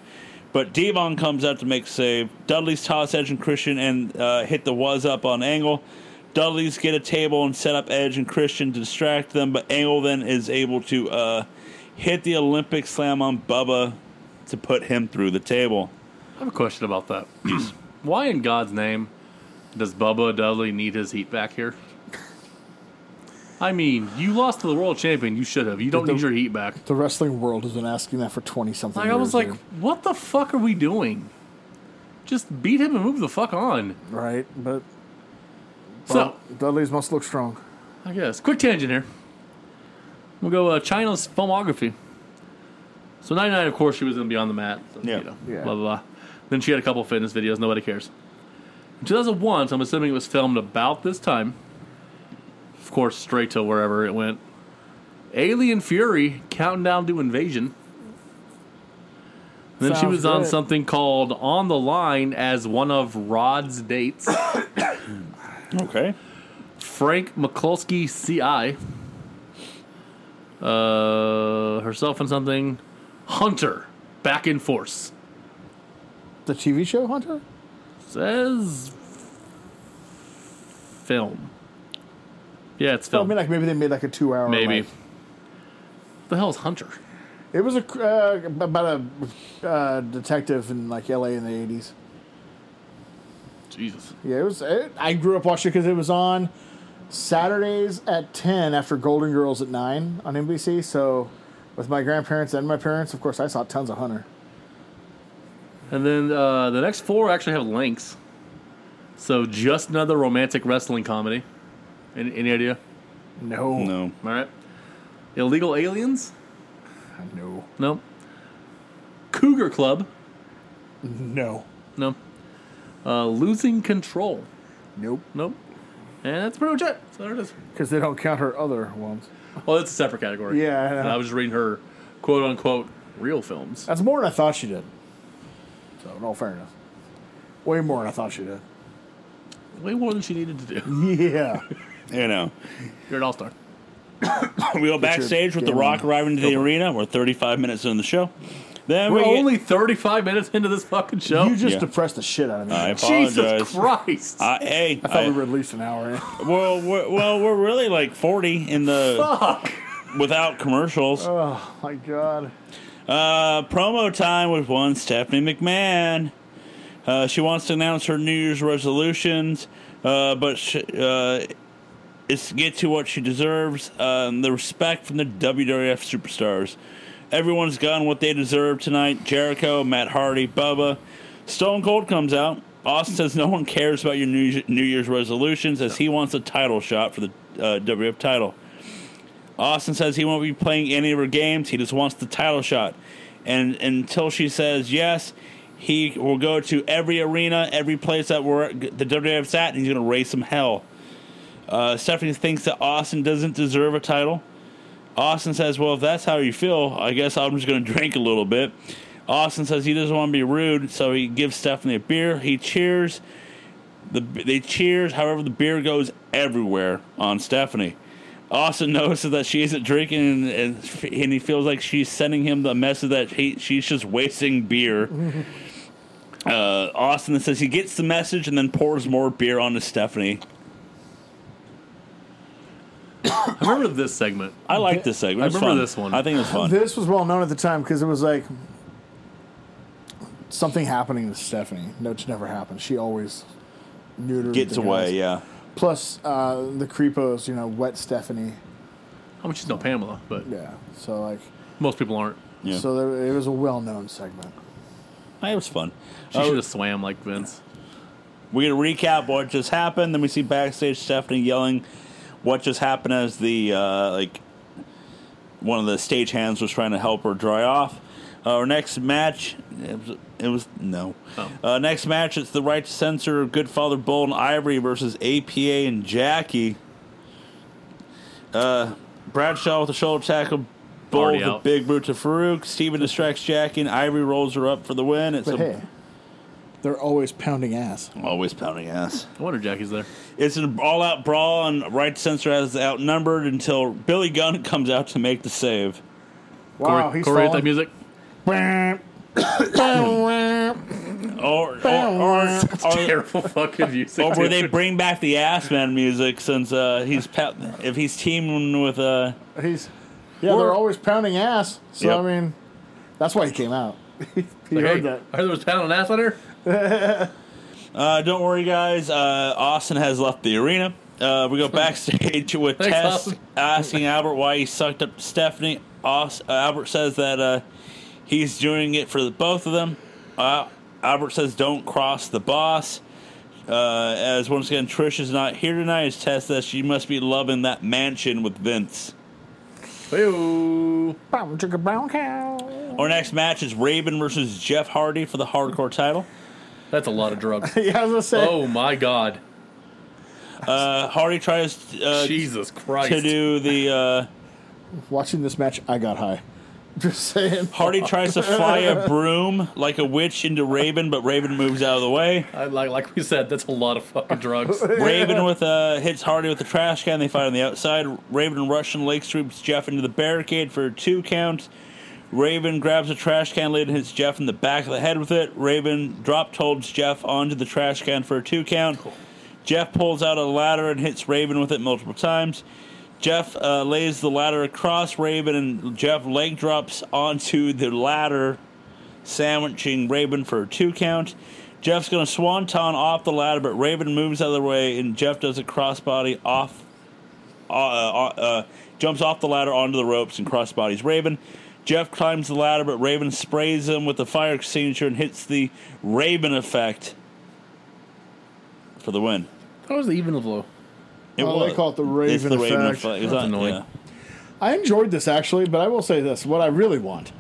Speaker 1: But Devon comes out to make the save. Dudley's toss Edge and Christian and uh, hit the was up on Angle. Dudley's get a table and set up Edge and Christian to distract them, but Angle then is able to uh, hit the Olympic slam on Bubba to put him through the table.
Speaker 4: I have a question about that. [CLEARS THROAT] Why in God's name does Bubba Dudley need his heat back here? I mean, you lost to the world champion. You should have. You don't
Speaker 2: the-
Speaker 4: need your heat back.
Speaker 2: The wrestling world has been asking that for twenty something.
Speaker 4: Like I
Speaker 2: years,
Speaker 4: was like,
Speaker 2: dude.
Speaker 4: what the fuck are we doing? Just beat him and move the fuck on.
Speaker 2: right? But
Speaker 3: So,
Speaker 2: Dudley's must look strong.
Speaker 3: I guess. Quick tangent here. We'll go uh, China's filmography. So, 99, of course, she was in Beyond the Mat. so,
Speaker 1: Yeah.
Speaker 2: Yeah.
Speaker 3: Blah, blah, blah. Then she had a couple fitness videos. Nobody cares. In 2001, so I'm assuming it was filmed about this time. Of course, straight to wherever it went. Alien Fury, Counting Down to Invasion. Then she
Speaker 2: Sounds
Speaker 3: was on
Speaker 2: good.
Speaker 3: something called On the Line as one of Rod's dates.
Speaker 1: Okay.
Speaker 3: Frank McCluskey, CI. Uh, herself and something. Hunter, back in force.
Speaker 2: The TV show Hunter.
Speaker 3: Says film. Yeah, it's
Speaker 2: I
Speaker 3: film.
Speaker 2: mean, like maybe they made like a two-hour.
Speaker 3: Maybe.
Speaker 2: like-
Speaker 3: the hell's Hunter?
Speaker 2: it was a uh, about a uh, detective in like LA in the eighties.
Speaker 3: Jesus.
Speaker 2: Yeah, it was. It, I grew up watching because it was on Saturdays at ten after Golden Girls at nine on NBC. So, with my grandparents and my parents, of course, I saw tons of Hunter.
Speaker 3: And then uh, the next four actually have links. So just another romantic wrestling comedy. Any, any idea?
Speaker 2: No,
Speaker 1: No.
Speaker 3: All right. Illegal Aliens?
Speaker 2: no,
Speaker 3: No. Cougar Club?
Speaker 2: no,
Speaker 3: No. Uh, losing control.
Speaker 2: nope.
Speaker 3: Nope. And that's pretty much it. So there it is.
Speaker 2: Because they don't count her other ones.
Speaker 3: Oh, that's a separate category.
Speaker 2: Yeah, I know.
Speaker 3: And I was just reading her quote unquote real films.
Speaker 2: That's more than I thought she did. So, in all fairness, way more than I thought she did.
Speaker 3: Way more than she needed to do.
Speaker 1: [LAUGHS]
Speaker 2: Yeah.
Speaker 1: You
Speaker 3: [LAUGHS]
Speaker 1: know.
Speaker 3: You're an all star.
Speaker 1: We go backstage with The
Speaker 2: game
Speaker 1: Rock
Speaker 2: on.
Speaker 1: arriving to the arena. We're 35 minutes into the show. Then
Speaker 3: We're
Speaker 1: we get-
Speaker 3: only 35 minutes into this fucking show.
Speaker 2: You just
Speaker 1: Oh, Yeah.
Speaker 2: depressed the shit out of me.
Speaker 1: I
Speaker 2: I,
Speaker 1: apologize.
Speaker 3: Jesus Christ.
Speaker 1: I, hey,
Speaker 2: thought
Speaker 1: I-
Speaker 2: we were at least an hour in.
Speaker 1: well, we're, well, we're really like 40 in
Speaker 2: [LAUGHS]
Speaker 1: the
Speaker 3: Fuck.
Speaker 1: without commercials.
Speaker 2: [LAUGHS] Oh my god.
Speaker 1: Uh, promo time with one Stephanie McMahon. Uh, she wants to announce her New Year's resolutions, uh, but sh uh, it's to get to what she deserves um, the respect from the WWF superstars. Everyone's gotten what they deserve tonight Jericho, Matt Hardy, Bubba. Stone Cold comes out. Austin says no one cares about your New Year's- New Year's resolutions as he wants a title shot for the uh, WWF title. Austin says he won't be playing any of her games. He just wants the title shot. And until she says yes, he will go to every arena, every place that we're, the WWF's at, and he's going to raise some hell. Uh, Stephanie thinks that Austin doesn't deserve a title. Austin says, Well, if that's how you feel, I guess I'm just going to drink a little bit. Austin says he doesn't want to be rude, so he gives Stephanie a beer. He cheers. The, they cheers. However, the beer goes everywhere on Stephanie. Austin notices that she isn't drinking, and, and, and he feels like she's sending him the message that he, she's just wasting
Speaker 3: [LAUGHS]
Speaker 1: beer. uh, Austin says he gets the message and then pours more beer onto Stephanie.
Speaker 3: I remember this segment.
Speaker 1: I like this segment.
Speaker 3: I
Speaker 1: It's
Speaker 3: remember
Speaker 1: fun.
Speaker 3: this one.
Speaker 1: I think it was fun.
Speaker 2: This was well known at the time because it was like something happening to Stephanie. No, it's never happened. She always knew to
Speaker 1: Gets away, yeah.
Speaker 2: Plus, uh, the creepos, you know, wet Stephanie.
Speaker 3: I mean, she's no Pamela, but
Speaker 2: Yeah. So like,
Speaker 3: most people aren't.
Speaker 1: Yeah.
Speaker 2: so there, it was a well-known segment.
Speaker 1: It was fun.
Speaker 2: Oh.
Speaker 3: She should have swam like Vince.
Speaker 1: We're going to recap what just happened. Then we see backstage Stephanie yelling what just happened as the, uh, like, one of the stagehands was trying to help her dry off. Uh, our next match, it was, it was no.
Speaker 3: Oh.
Speaker 1: Uh, next match, it's the right to censor Good Father Bull and Ivory versus APA and Jackie. Uh, Bradshaw with a shoulder tackle. Bull
Speaker 3: Already
Speaker 1: with a
Speaker 3: out.
Speaker 1: big boot to Farouk. Steven distracts Jackie, and Ivory rolls her up for the win. It's
Speaker 2: But
Speaker 1: a,
Speaker 2: hey, they're always pounding ass.
Speaker 1: always pounding ass.
Speaker 3: I wonder if Jackie's there.
Speaker 1: It's an all out brawl, and Right Sensor is outnumbered until Billy Gunn [LAUGHS] comes out to make the save.
Speaker 2: Wow,
Speaker 3: Corey,
Speaker 2: he's
Speaker 3: Corey hit that
Speaker 2: falling.
Speaker 3: music.
Speaker 1: Or, or, or,
Speaker 2: Oh,
Speaker 1: or,
Speaker 3: Terrible
Speaker 2: [LAUGHS]
Speaker 3: fucking music.
Speaker 1: or where they
Speaker 3: dude.
Speaker 1: bring back the Ass Man music since uh, he's pa- if he's teaming with. Uh,
Speaker 2: [COUGHS] He's yeah,
Speaker 1: Or-
Speaker 2: they're always pounding ass. So
Speaker 1: Yep.
Speaker 2: I mean, that's why he came out. [LAUGHS] he
Speaker 3: Like,
Speaker 2: heard
Speaker 3: hey,
Speaker 2: that.
Speaker 3: I heard there was pounding ass on her.
Speaker 1: uh, don't worry, guys. Uh, Austin has left the arena. Uh,
Speaker 3: [LAUGHS]
Speaker 1: we go backstage with
Speaker 3: Thanks,
Speaker 1: Tess
Speaker 3: Austin.
Speaker 1: asking Albert why he sucked up Stephanie. Aus- uh, Albert says that uh, he's doing it for the both of them. Uh, Albert says, "Don't cross the boss." Uh, as once again, Trish is not here tonight. As Tess says, she must be loving that mansion with Vince.
Speaker 3: Hey-oh.
Speaker 2: Brown chicken, brown cow.
Speaker 1: Our next match is Raven versus Jeff Hardy for the hardcore title.
Speaker 3: That's a lot
Speaker 1: [LAUGHS]
Speaker 3: of drugs.
Speaker 2: Yeah, I was gonna say.
Speaker 3: oh my god.
Speaker 1: Uh, Hardy tries uh,
Speaker 3: Jesus
Speaker 1: to
Speaker 3: Christ.
Speaker 1: do the. Uh,
Speaker 2: Watching this match, I got high. [LAUGHS] Just saying.
Speaker 1: Hardy tries to fly a broom like a witch into Raven, but Raven moves out of the way.
Speaker 3: I, like, like we said, that's a lot of
Speaker 1: [LAUGHS]
Speaker 3: fucking drugs.
Speaker 1: Raven with uh, hits Hardy with the trash can. They fight on the outside. Raven Russian leg sweeps Jeff into the barricade for a two count. Raven grabs a trash can lid and hits Jeff in the back of the head with it. Raven drop holds Jeff onto the trash can for a two count. Jeff pulls out a ladder and hits Raven with it multiple times. Jeff uh, lays the ladder across Raven, and Jeff leg drops onto the ladder sandwiching Raven for a two count. Jeff's going to swanton off the ladder, but Raven moves out of the way, and Jeff does a crossbody off, uh, uh, uh, jumps off the ladder onto the ropes and crossbodies Raven. Jeff climbs the ladder, but Raven sprays him with the fire extinguisher and hits the Raven effect for the win.
Speaker 3: That was the even of low.
Speaker 1: It
Speaker 2: Oh, they call it the Raven
Speaker 1: it's the Raven
Speaker 2: effect.
Speaker 1: effect. It was
Speaker 3: That's
Speaker 1: on-
Speaker 3: annoying.
Speaker 1: yeah.
Speaker 2: I enjoyed this actually, but I will say this: what I really want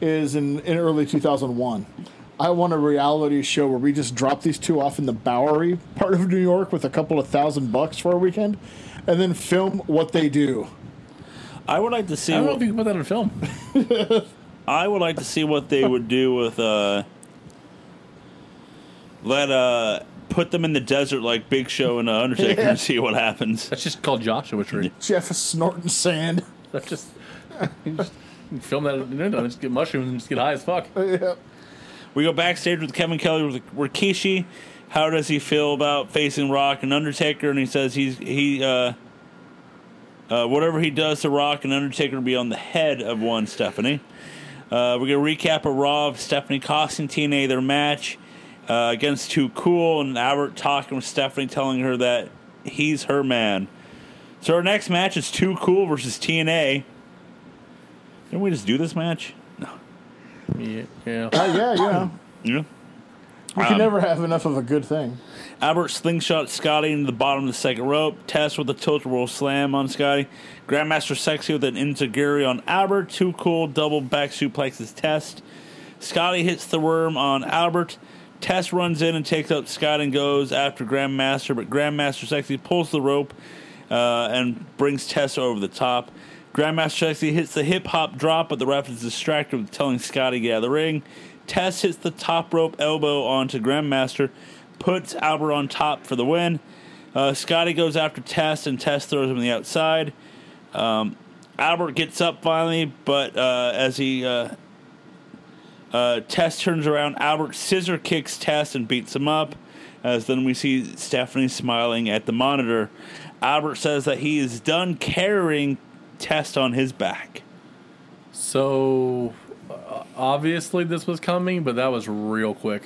Speaker 2: is in in early 2001. I want a reality show where we just drop these two off in the Bowery part of New York with a couple of thousand bucks for a weekend, and then film what they do.
Speaker 1: I would like to see.
Speaker 3: I don't know
Speaker 1: what-
Speaker 3: if you can put that in film.
Speaker 1: I would like to see what they would do with uh let uh put them in the desert like Big Show and uh, Undertaker
Speaker 2: Yeah.
Speaker 1: and see what happens.
Speaker 3: That's just called Joshua
Speaker 1: [LAUGHS]
Speaker 3: Tree.
Speaker 2: Jeff is snorting sand.
Speaker 3: That's just, you just film that. You know, just get mushrooms and just get high as fuck.
Speaker 2: yeah.
Speaker 1: We go backstage with Kevin Kelly with Rikishi. How does he feel about facing Rock and Undertaker? And he says he's he uh uh, whatever he does to Rock and Undertaker will be on the head of one Stephanie. Uh, we're going to recap a Raw of Stephanie Constantine, their match uh, against Too Cool, and Albert talking with Stephanie, telling her that he's her man. So our next match is Too Cool versus TNA. Didn't we just do this match? No.
Speaker 3: Yeah. yeah.
Speaker 2: Uh, yeah, [CLEARS THROAT] yeah.
Speaker 1: Yeah.
Speaker 2: You can
Speaker 1: Um,
Speaker 2: never have enough of a good thing.
Speaker 1: Albert slingshot Scotty into the bottom of the second rope. Tess with a tilt roll slam on Scotty. Grandmaster Sexy with an enziguri on Albert. Too cool double back suplexes Test. Scotty hits the worm on Albert. Tess runs in and takes up Scott and goes after Grandmaster, but Grandmaster Sexy pulls the rope uh, and brings Tess over the top. Grandmaster Sexy hits the hip hop drop, but the ref is distracted with telling Scotty to get out of the ring. Tess hits the top rope elbow onto Grandmaster, puts Albert on top for the win. Uh, Scotty goes after Tess, and Tess throws him to the outside. Um, Albert gets up finally, but uh, as he uh, uh, Tess turns around, Albert scissor kicks Tess and beats him up. As then we see Stephanie smiling at the monitor. Albert says that he is done carrying Tess on his back.
Speaker 3: So uh, obviously this was coming, but that was real quick.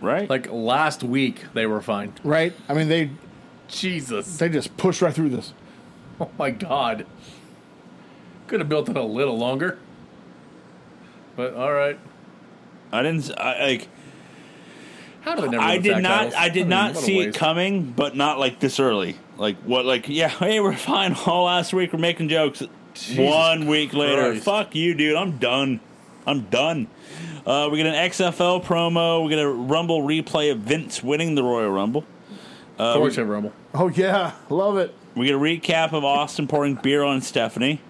Speaker 1: Right?
Speaker 3: Like last week they were fine.
Speaker 2: Right? I mean, they
Speaker 3: Jesus. [LAUGHS]
Speaker 2: they just push right through this.
Speaker 3: Oh my god. Could have built it a little longer. But all right.
Speaker 1: I didn't. s- I like.
Speaker 3: How did they never
Speaker 1: I
Speaker 3: win
Speaker 1: did
Speaker 3: tag
Speaker 1: not.
Speaker 3: titles?
Speaker 1: I did
Speaker 3: mean,
Speaker 1: not
Speaker 3: what a
Speaker 1: see it
Speaker 3: waste.
Speaker 1: coming, but not like this early. Like what? Like [LAUGHS] yeah. Hey, we're fine. All last week we're making jokes. One week later,
Speaker 3: Christ.
Speaker 1: fuck you, dude. I'm done. I'm done. Uh, we get an XFL promo. We get a Rumble replay of Vince winning the Royal Rumble.
Speaker 3: Fortune Rumble.
Speaker 2: Oh yeah, love it.
Speaker 1: We get a recap of Austin pouring beer on Stephanie.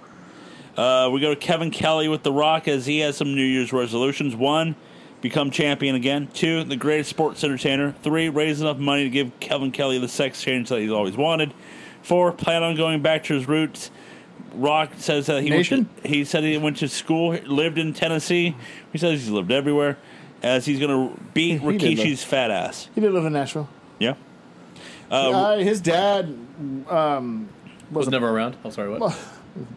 Speaker 1: Uh, we go to Kevin Kelly with The Rock as he has some New Year's resolutions. One, become champion again. Two, the greatest sports entertainer. Three, raise enough money to give Kevin Kelly the sex change that he's always wanted. Four, plan on going back to his roots. Rock says that he went to-
Speaker 2: Nation?
Speaker 1: he said he went to school, lived in Tennessee. He says he's lived everywhere. As he's going to beat
Speaker 2: He did that.
Speaker 1: Rikishi's fat ass.
Speaker 2: He did live in Nashville.
Speaker 1: Yeah. Uh,
Speaker 2: Uh, his dad um,
Speaker 3: Was never around. I'm sorry, what?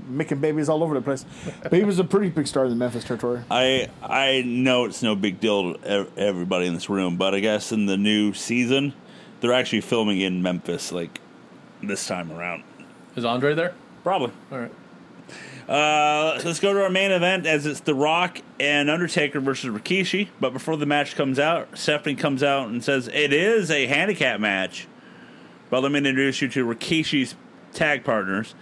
Speaker 2: making babies all over the place. [LAUGHS] But he was a pretty big star in the Memphis territory.
Speaker 1: I I know it's no big deal to ev- everybody in this room, but I guess in the new season, they're actually filming in Memphis like this time around.
Speaker 3: Is Andre there?
Speaker 1: Probably.
Speaker 3: All right.
Speaker 1: Uh, let's go to our main event as it's The Rock and Undertaker versus Rikishi. But before the match comes out, Stephanie comes out and says it is a handicap match. But let me introduce you to Rikishi's tag partners,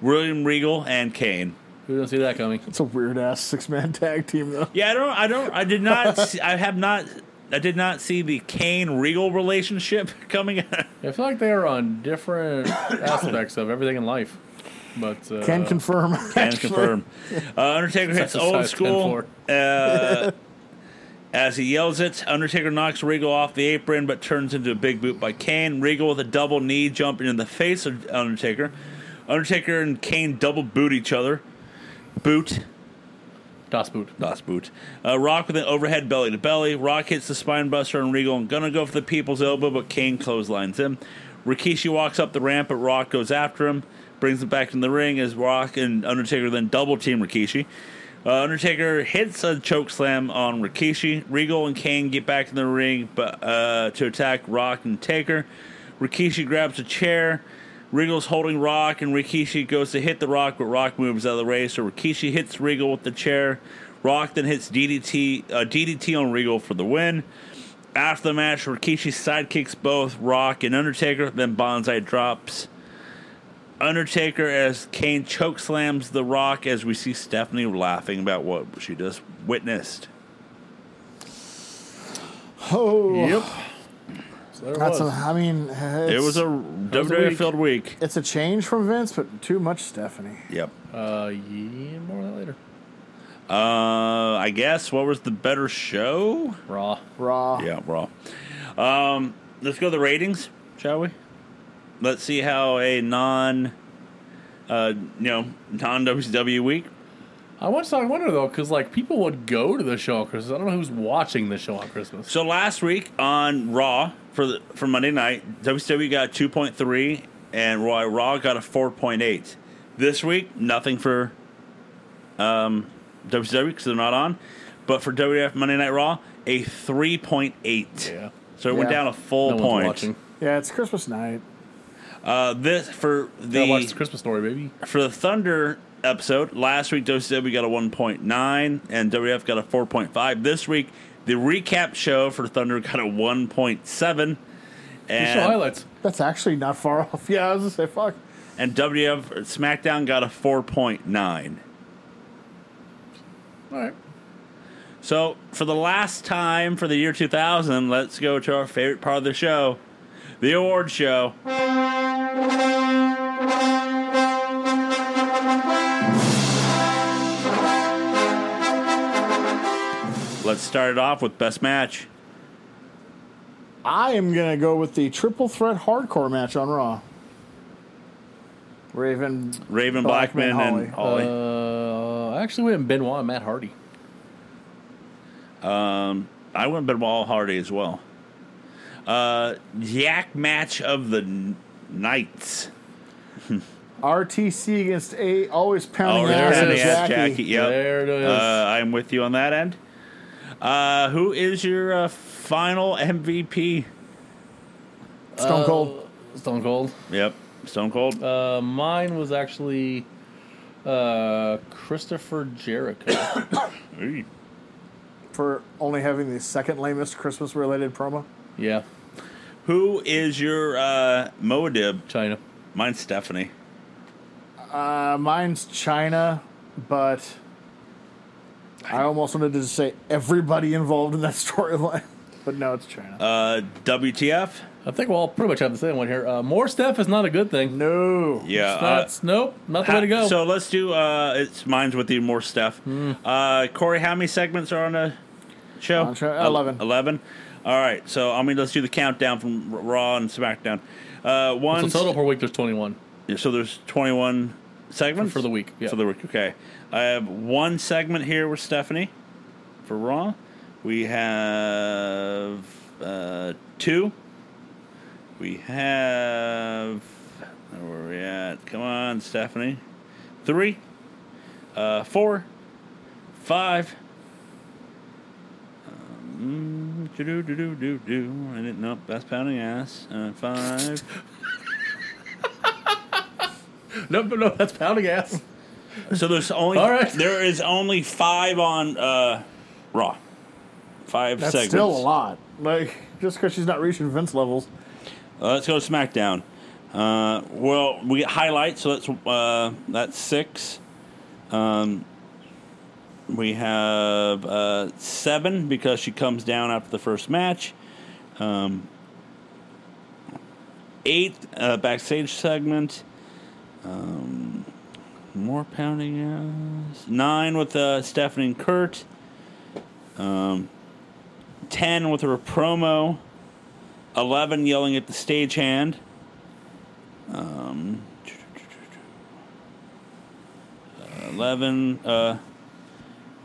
Speaker 1: William Regal and Kane.
Speaker 3: Who don't see that coming?
Speaker 2: It's a weird ass six man [LAUGHS] tag team though.
Speaker 1: Yeah, I don't, I don't, I did not, [LAUGHS] see, I have not, I did not see the Kane Regal relationship [LAUGHS] coming.
Speaker 3: [LAUGHS]
Speaker 1: out.
Speaker 3: I feel like they are on different [COUGHS] aspects of everything in life. But uh,
Speaker 2: Can confirm.
Speaker 1: [LAUGHS] Can confirm. Uh, Undertaker hits
Speaker 3: Size
Speaker 1: old
Speaker 3: 10
Speaker 1: school.
Speaker 3: four.
Speaker 1: Uh, as he yells it, Undertaker knocks Regal off the apron but turns into a big boot by Kane. Regal with a double knee jumping in the face of Undertaker. Undertaker and Kane double boot each other. Boot.
Speaker 3: Das Boot.
Speaker 1: Das Boot. Uh, Rock with an overhead belly to belly. Rock hits the spine buster on Regal and gonna go for the people's elbow, but Kane clotheslines him. Rikishi walks up the ramp, but Rock goes after him, brings him back in the ring as Rock and Undertaker then double team Rikishi. Uh, Undertaker hits a choke slam on Rikishi. Regal and Kane get back in the ring but uh, to attack Rock and Taker. Rikishi grabs a chair. Regal's holding Rock, and Rikishi goes to hit the Rock, but Rock moves out of the way. So Rikishi hits Regal with the chair. Rock then hits DDT, uh, DDT on Regal for the win. After the match, Rikishi sidekicks both Rock and Undertaker, then Bonsai drops Undertaker as Kane choke slams the Rock as we see Stephanie laughing about what she just witnessed.
Speaker 2: [LAUGHS] Oh,
Speaker 3: Yep. So there it
Speaker 2: that's. A,
Speaker 3: was.
Speaker 2: I mean, uh, it's,
Speaker 1: it was a
Speaker 3: was a
Speaker 1: WWE
Speaker 3: week.
Speaker 1: filled week.
Speaker 2: It's a change from Vince, but too much Stephanie.
Speaker 1: Yep.
Speaker 3: Uh, yeah, more of that later.
Speaker 1: Uh, I guess what was the better show?
Speaker 3: Raw.
Speaker 2: Raw.
Speaker 1: Yeah, Raw. Um, let's go to the ratings, shall we? Let's see how a non, uh, you know, non WCW week.
Speaker 3: I once I wonder though, because like people would go to the show on Christmas. I don't know who's watching the show on Christmas.
Speaker 1: So last week on Raw for the, for Monday night, WCW got two point three, and Raw, Raw got a four point eight. This week, nothing for um, WCW because they're not on, but for WWF Monday Night Raw, a three point eight.
Speaker 3: Yeah.
Speaker 1: So it went
Speaker 2: Yeah.
Speaker 1: down a full
Speaker 3: No one's watching.
Speaker 1: point.
Speaker 2: Yeah, it's Christmas night.
Speaker 1: Uh, this for the
Speaker 3: Gotta watch the Christmas story, baby.
Speaker 1: for the Thunder episode last week, WCW got a 1.9 and WF got a 4.5. This week, the recap show for Thunder got a 1.7,
Speaker 3: The show
Speaker 1: and
Speaker 3: highlights.
Speaker 2: That's actually not far [LAUGHS] off. Yeah, I was gonna say fuck.
Speaker 1: and WF SmackDown got a 4.9.
Speaker 3: All right.
Speaker 1: So for the last time for the year 2000, let's go to our favorite part of the show, the award show. Let's start it off with best match.
Speaker 2: I am gonna go with the triple threat hardcore match on Raw. Raven.
Speaker 1: Raven Blackman,
Speaker 2: Blackman,
Speaker 1: and
Speaker 3: Uh,
Speaker 1: Holly.
Speaker 3: I actually went Benoit and Matt Hardy.
Speaker 1: I went Benoit Hardy as well. Uh, yak match of the n- nights.
Speaker 2: RTC against A. Always pounding
Speaker 1: Oh,
Speaker 2: ass.
Speaker 1: there's
Speaker 2: and
Speaker 1: an ass,
Speaker 2: Jackie.
Speaker 1: Jackie. Yep.
Speaker 3: There it is.
Speaker 1: Uh, I'm with you on that end. Uh, who is your uh, final MVP?
Speaker 2: Stone Cold.
Speaker 1: Uh,
Speaker 3: Stone Cold.
Speaker 1: Yep, Stone Cold.
Speaker 3: Uh, mine was actually uh, Christopher Jericho. [COUGHS]
Speaker 1: Ooh.
Speaker 2: for only having the second lamest Christmas related promo.
Speaker 3: yeah,
Speaker 1: Who is your uh, Moadib?
Speaker 3: China.
Speaker 1: Mine's Stephanie.
Speaker 2: Uh, mine's China, but I almost wanted to just say everybody involved in that [LAUGHS] storyline. But no, it's China.
Speaker 1: Uh, WTF?
Speaker 3: I think we'll all pretty much have the same one here. Uh, more Steph is not a good thing.
Speaker 2: no.
Speaker 1: Yeah.
Speaker 3: It's
Speaker 1: uh,
Speaker 3: not- nope, not the way to
Speaker 1: ha-
Speaker 3: go. Hmm.
Speaker 1: So let's do. Uh, it's mine's with you more stuff. Uh, Corey, how many segments are on the show?
Speaker 2: On show-
Speaker 1: Ele-
Speaker 2: 11.
Speaker 1: Eleven. All right. So I mean, let's do the countdown from R- Raw and SmackDown. Uh, one.
Speaker 3: so total per week, there's 21
Speaker 1: So there's 21 segments
Speaker 3: for the week. Yeah.
Speaker 1: For the week. Okay. I have one segment here with Stephanie for Raw. We have uh, two. We have where are we at? Come on, Stephanie. Three. Uh, four. Five. Um, do do do do do. I didn't know. That's pounding ass. Uh, five.
Speaker 3: no, no, no, that's pounding ass.
Speaker 1: So there's only
Speaker 3: All right.
Speaker 1: there is only five on uh, Raw. Five
Speaker 2: That's
Speaker 1: segments.
Speaker 2: still a lot. Like just because she's not reaching Vince levels.
Speaker 1: Uh, let's go to SmackDown. Uh, well, we get highlights, so that's uh, that's six. Um, we have uh, seven because she comes down after the first match. Um, eight uh, backstage segment. Um, more pounding ass. Nine with uh, Stephanie and Kurt. Um, ten with her promo. 11 yelling at the stagehand. Um, 11, uh,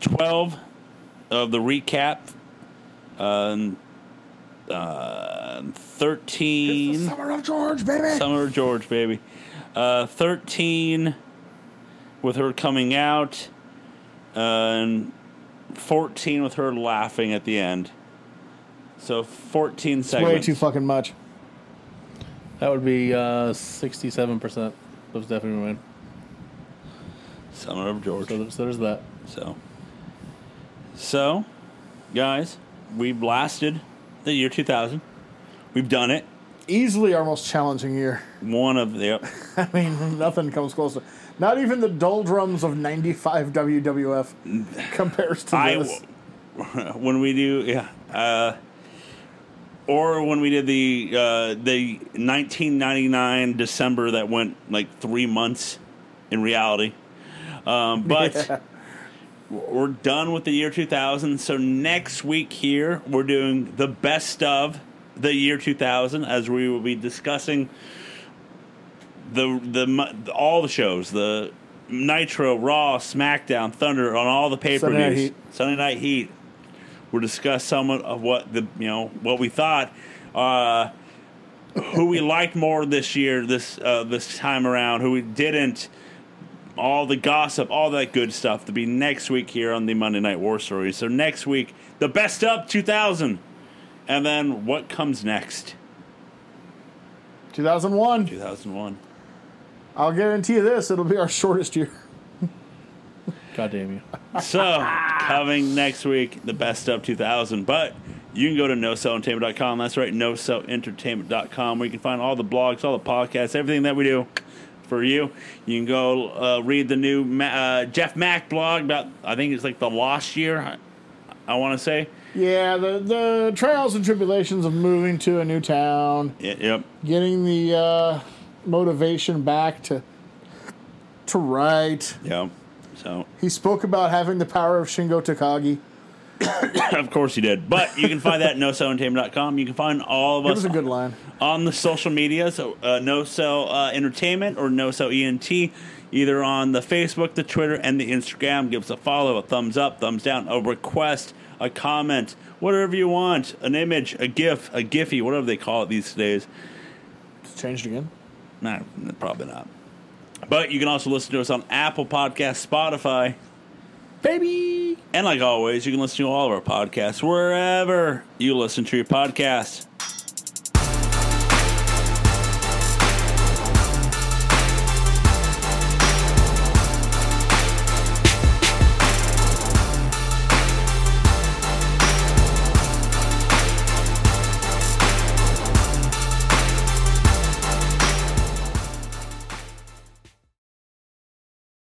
Speaker 1: 12 of the recap. Um, uh, 13.
Speaker 2: Summer of George, baby.
Speaker 1: Summer of George, baby. Uh, 13 with her coming out, uh, and 14 with her laughing at the end. So 14 segments.
Speaker 2: Way too fucking much.
Speaker 3: That would be uh, 67% of Stephanie McMahon.
Speaker 1: Summer of George.
Speaker 3: So, there- so there's that.
Speaker 1: So, so, guys, we blasted the year 2000. We've done it.
Speaker 2: Easily our most challenging year. [LAUGHS]
Speaker 1: One of the yep.
Speaker 2: I mean, nothing comes close. To, not even the doldrums of '95 WWF compares to
Speaker 1: I
Speaker 2: this.
Speaker 1: [LAUGHS] when we do yeah, uh, or when we did the uh, the 1999 December that went like three months in reality. Um, but we're done with the year 2000. So next week here, we're doing the best of the year 2000 as we will be discussing the the mu- all the shows, the Nitro, Raw, SmackDown, Thunder on all the pay-per-views.
Speaker 2: Sunday Night Heat.
Speaker 1: Sunday Night Heat. We'll discuss some of what the you know what we thought, uh, who we liked more this year, this uh, this time around, who we didn't all the gossip, all that good stuff to be next week here on the Monday Night War Stories. So next week, the best up 2000. And then what comes next?
Speaker 2: 2001.
Speaker 1: 2001.
Speaker 2: I'll guarantee you this: it'll be our shortest year.
Speaker 3: God damn you.
Speaker 1: So, coming next week, the best of 2000. But you can go to nocellentertainment.com. That's right, nocellentertainment.com, where you can find all the blogs, all the podcasts, everything that we do for you. You can go uh, read the new Ma- uh, Jeff Mack blog about, I think it's like the lost year, I, I want to say.
Speaker 2: Yeah, the the trials and tribulations of moving to a new town,
Speaker 1: Y- Yep.
Speaker 2: getting the uh, motivation back to to write.
Speaker 1: Yep. So,
Speaker 2: He spoke about having the power of Shingo Takagi.
Speaker 1: [COUGHS] Of course you did. But you can
Speaker 2: [LAUGHS]
Speaker 1: find that at nocellentertainment.com. You can find all of
Speaker 2: It
Speaker 1: us
Speaker 2: was a good line.
Speaker 1: on the social media, so uh, No Cell uh, Entertainment or No Cell ENT, either on the Facebook, the Twitter, and the Instagram. Give us a follow, a thumbs up, thumbs down, a request, a comment, whatever you want, an image, a GIF, a GIFy, whatever they call it these days.
Speaker 2: It's changed again.
Speaker 1: Nah, probably not. But you can also listen to us on Apple Podcasts, Spotify,
Speaker 3: Baby!
Speaker 1: and like always, you can listen to all of our podcasts wherever you listen to your podcasts.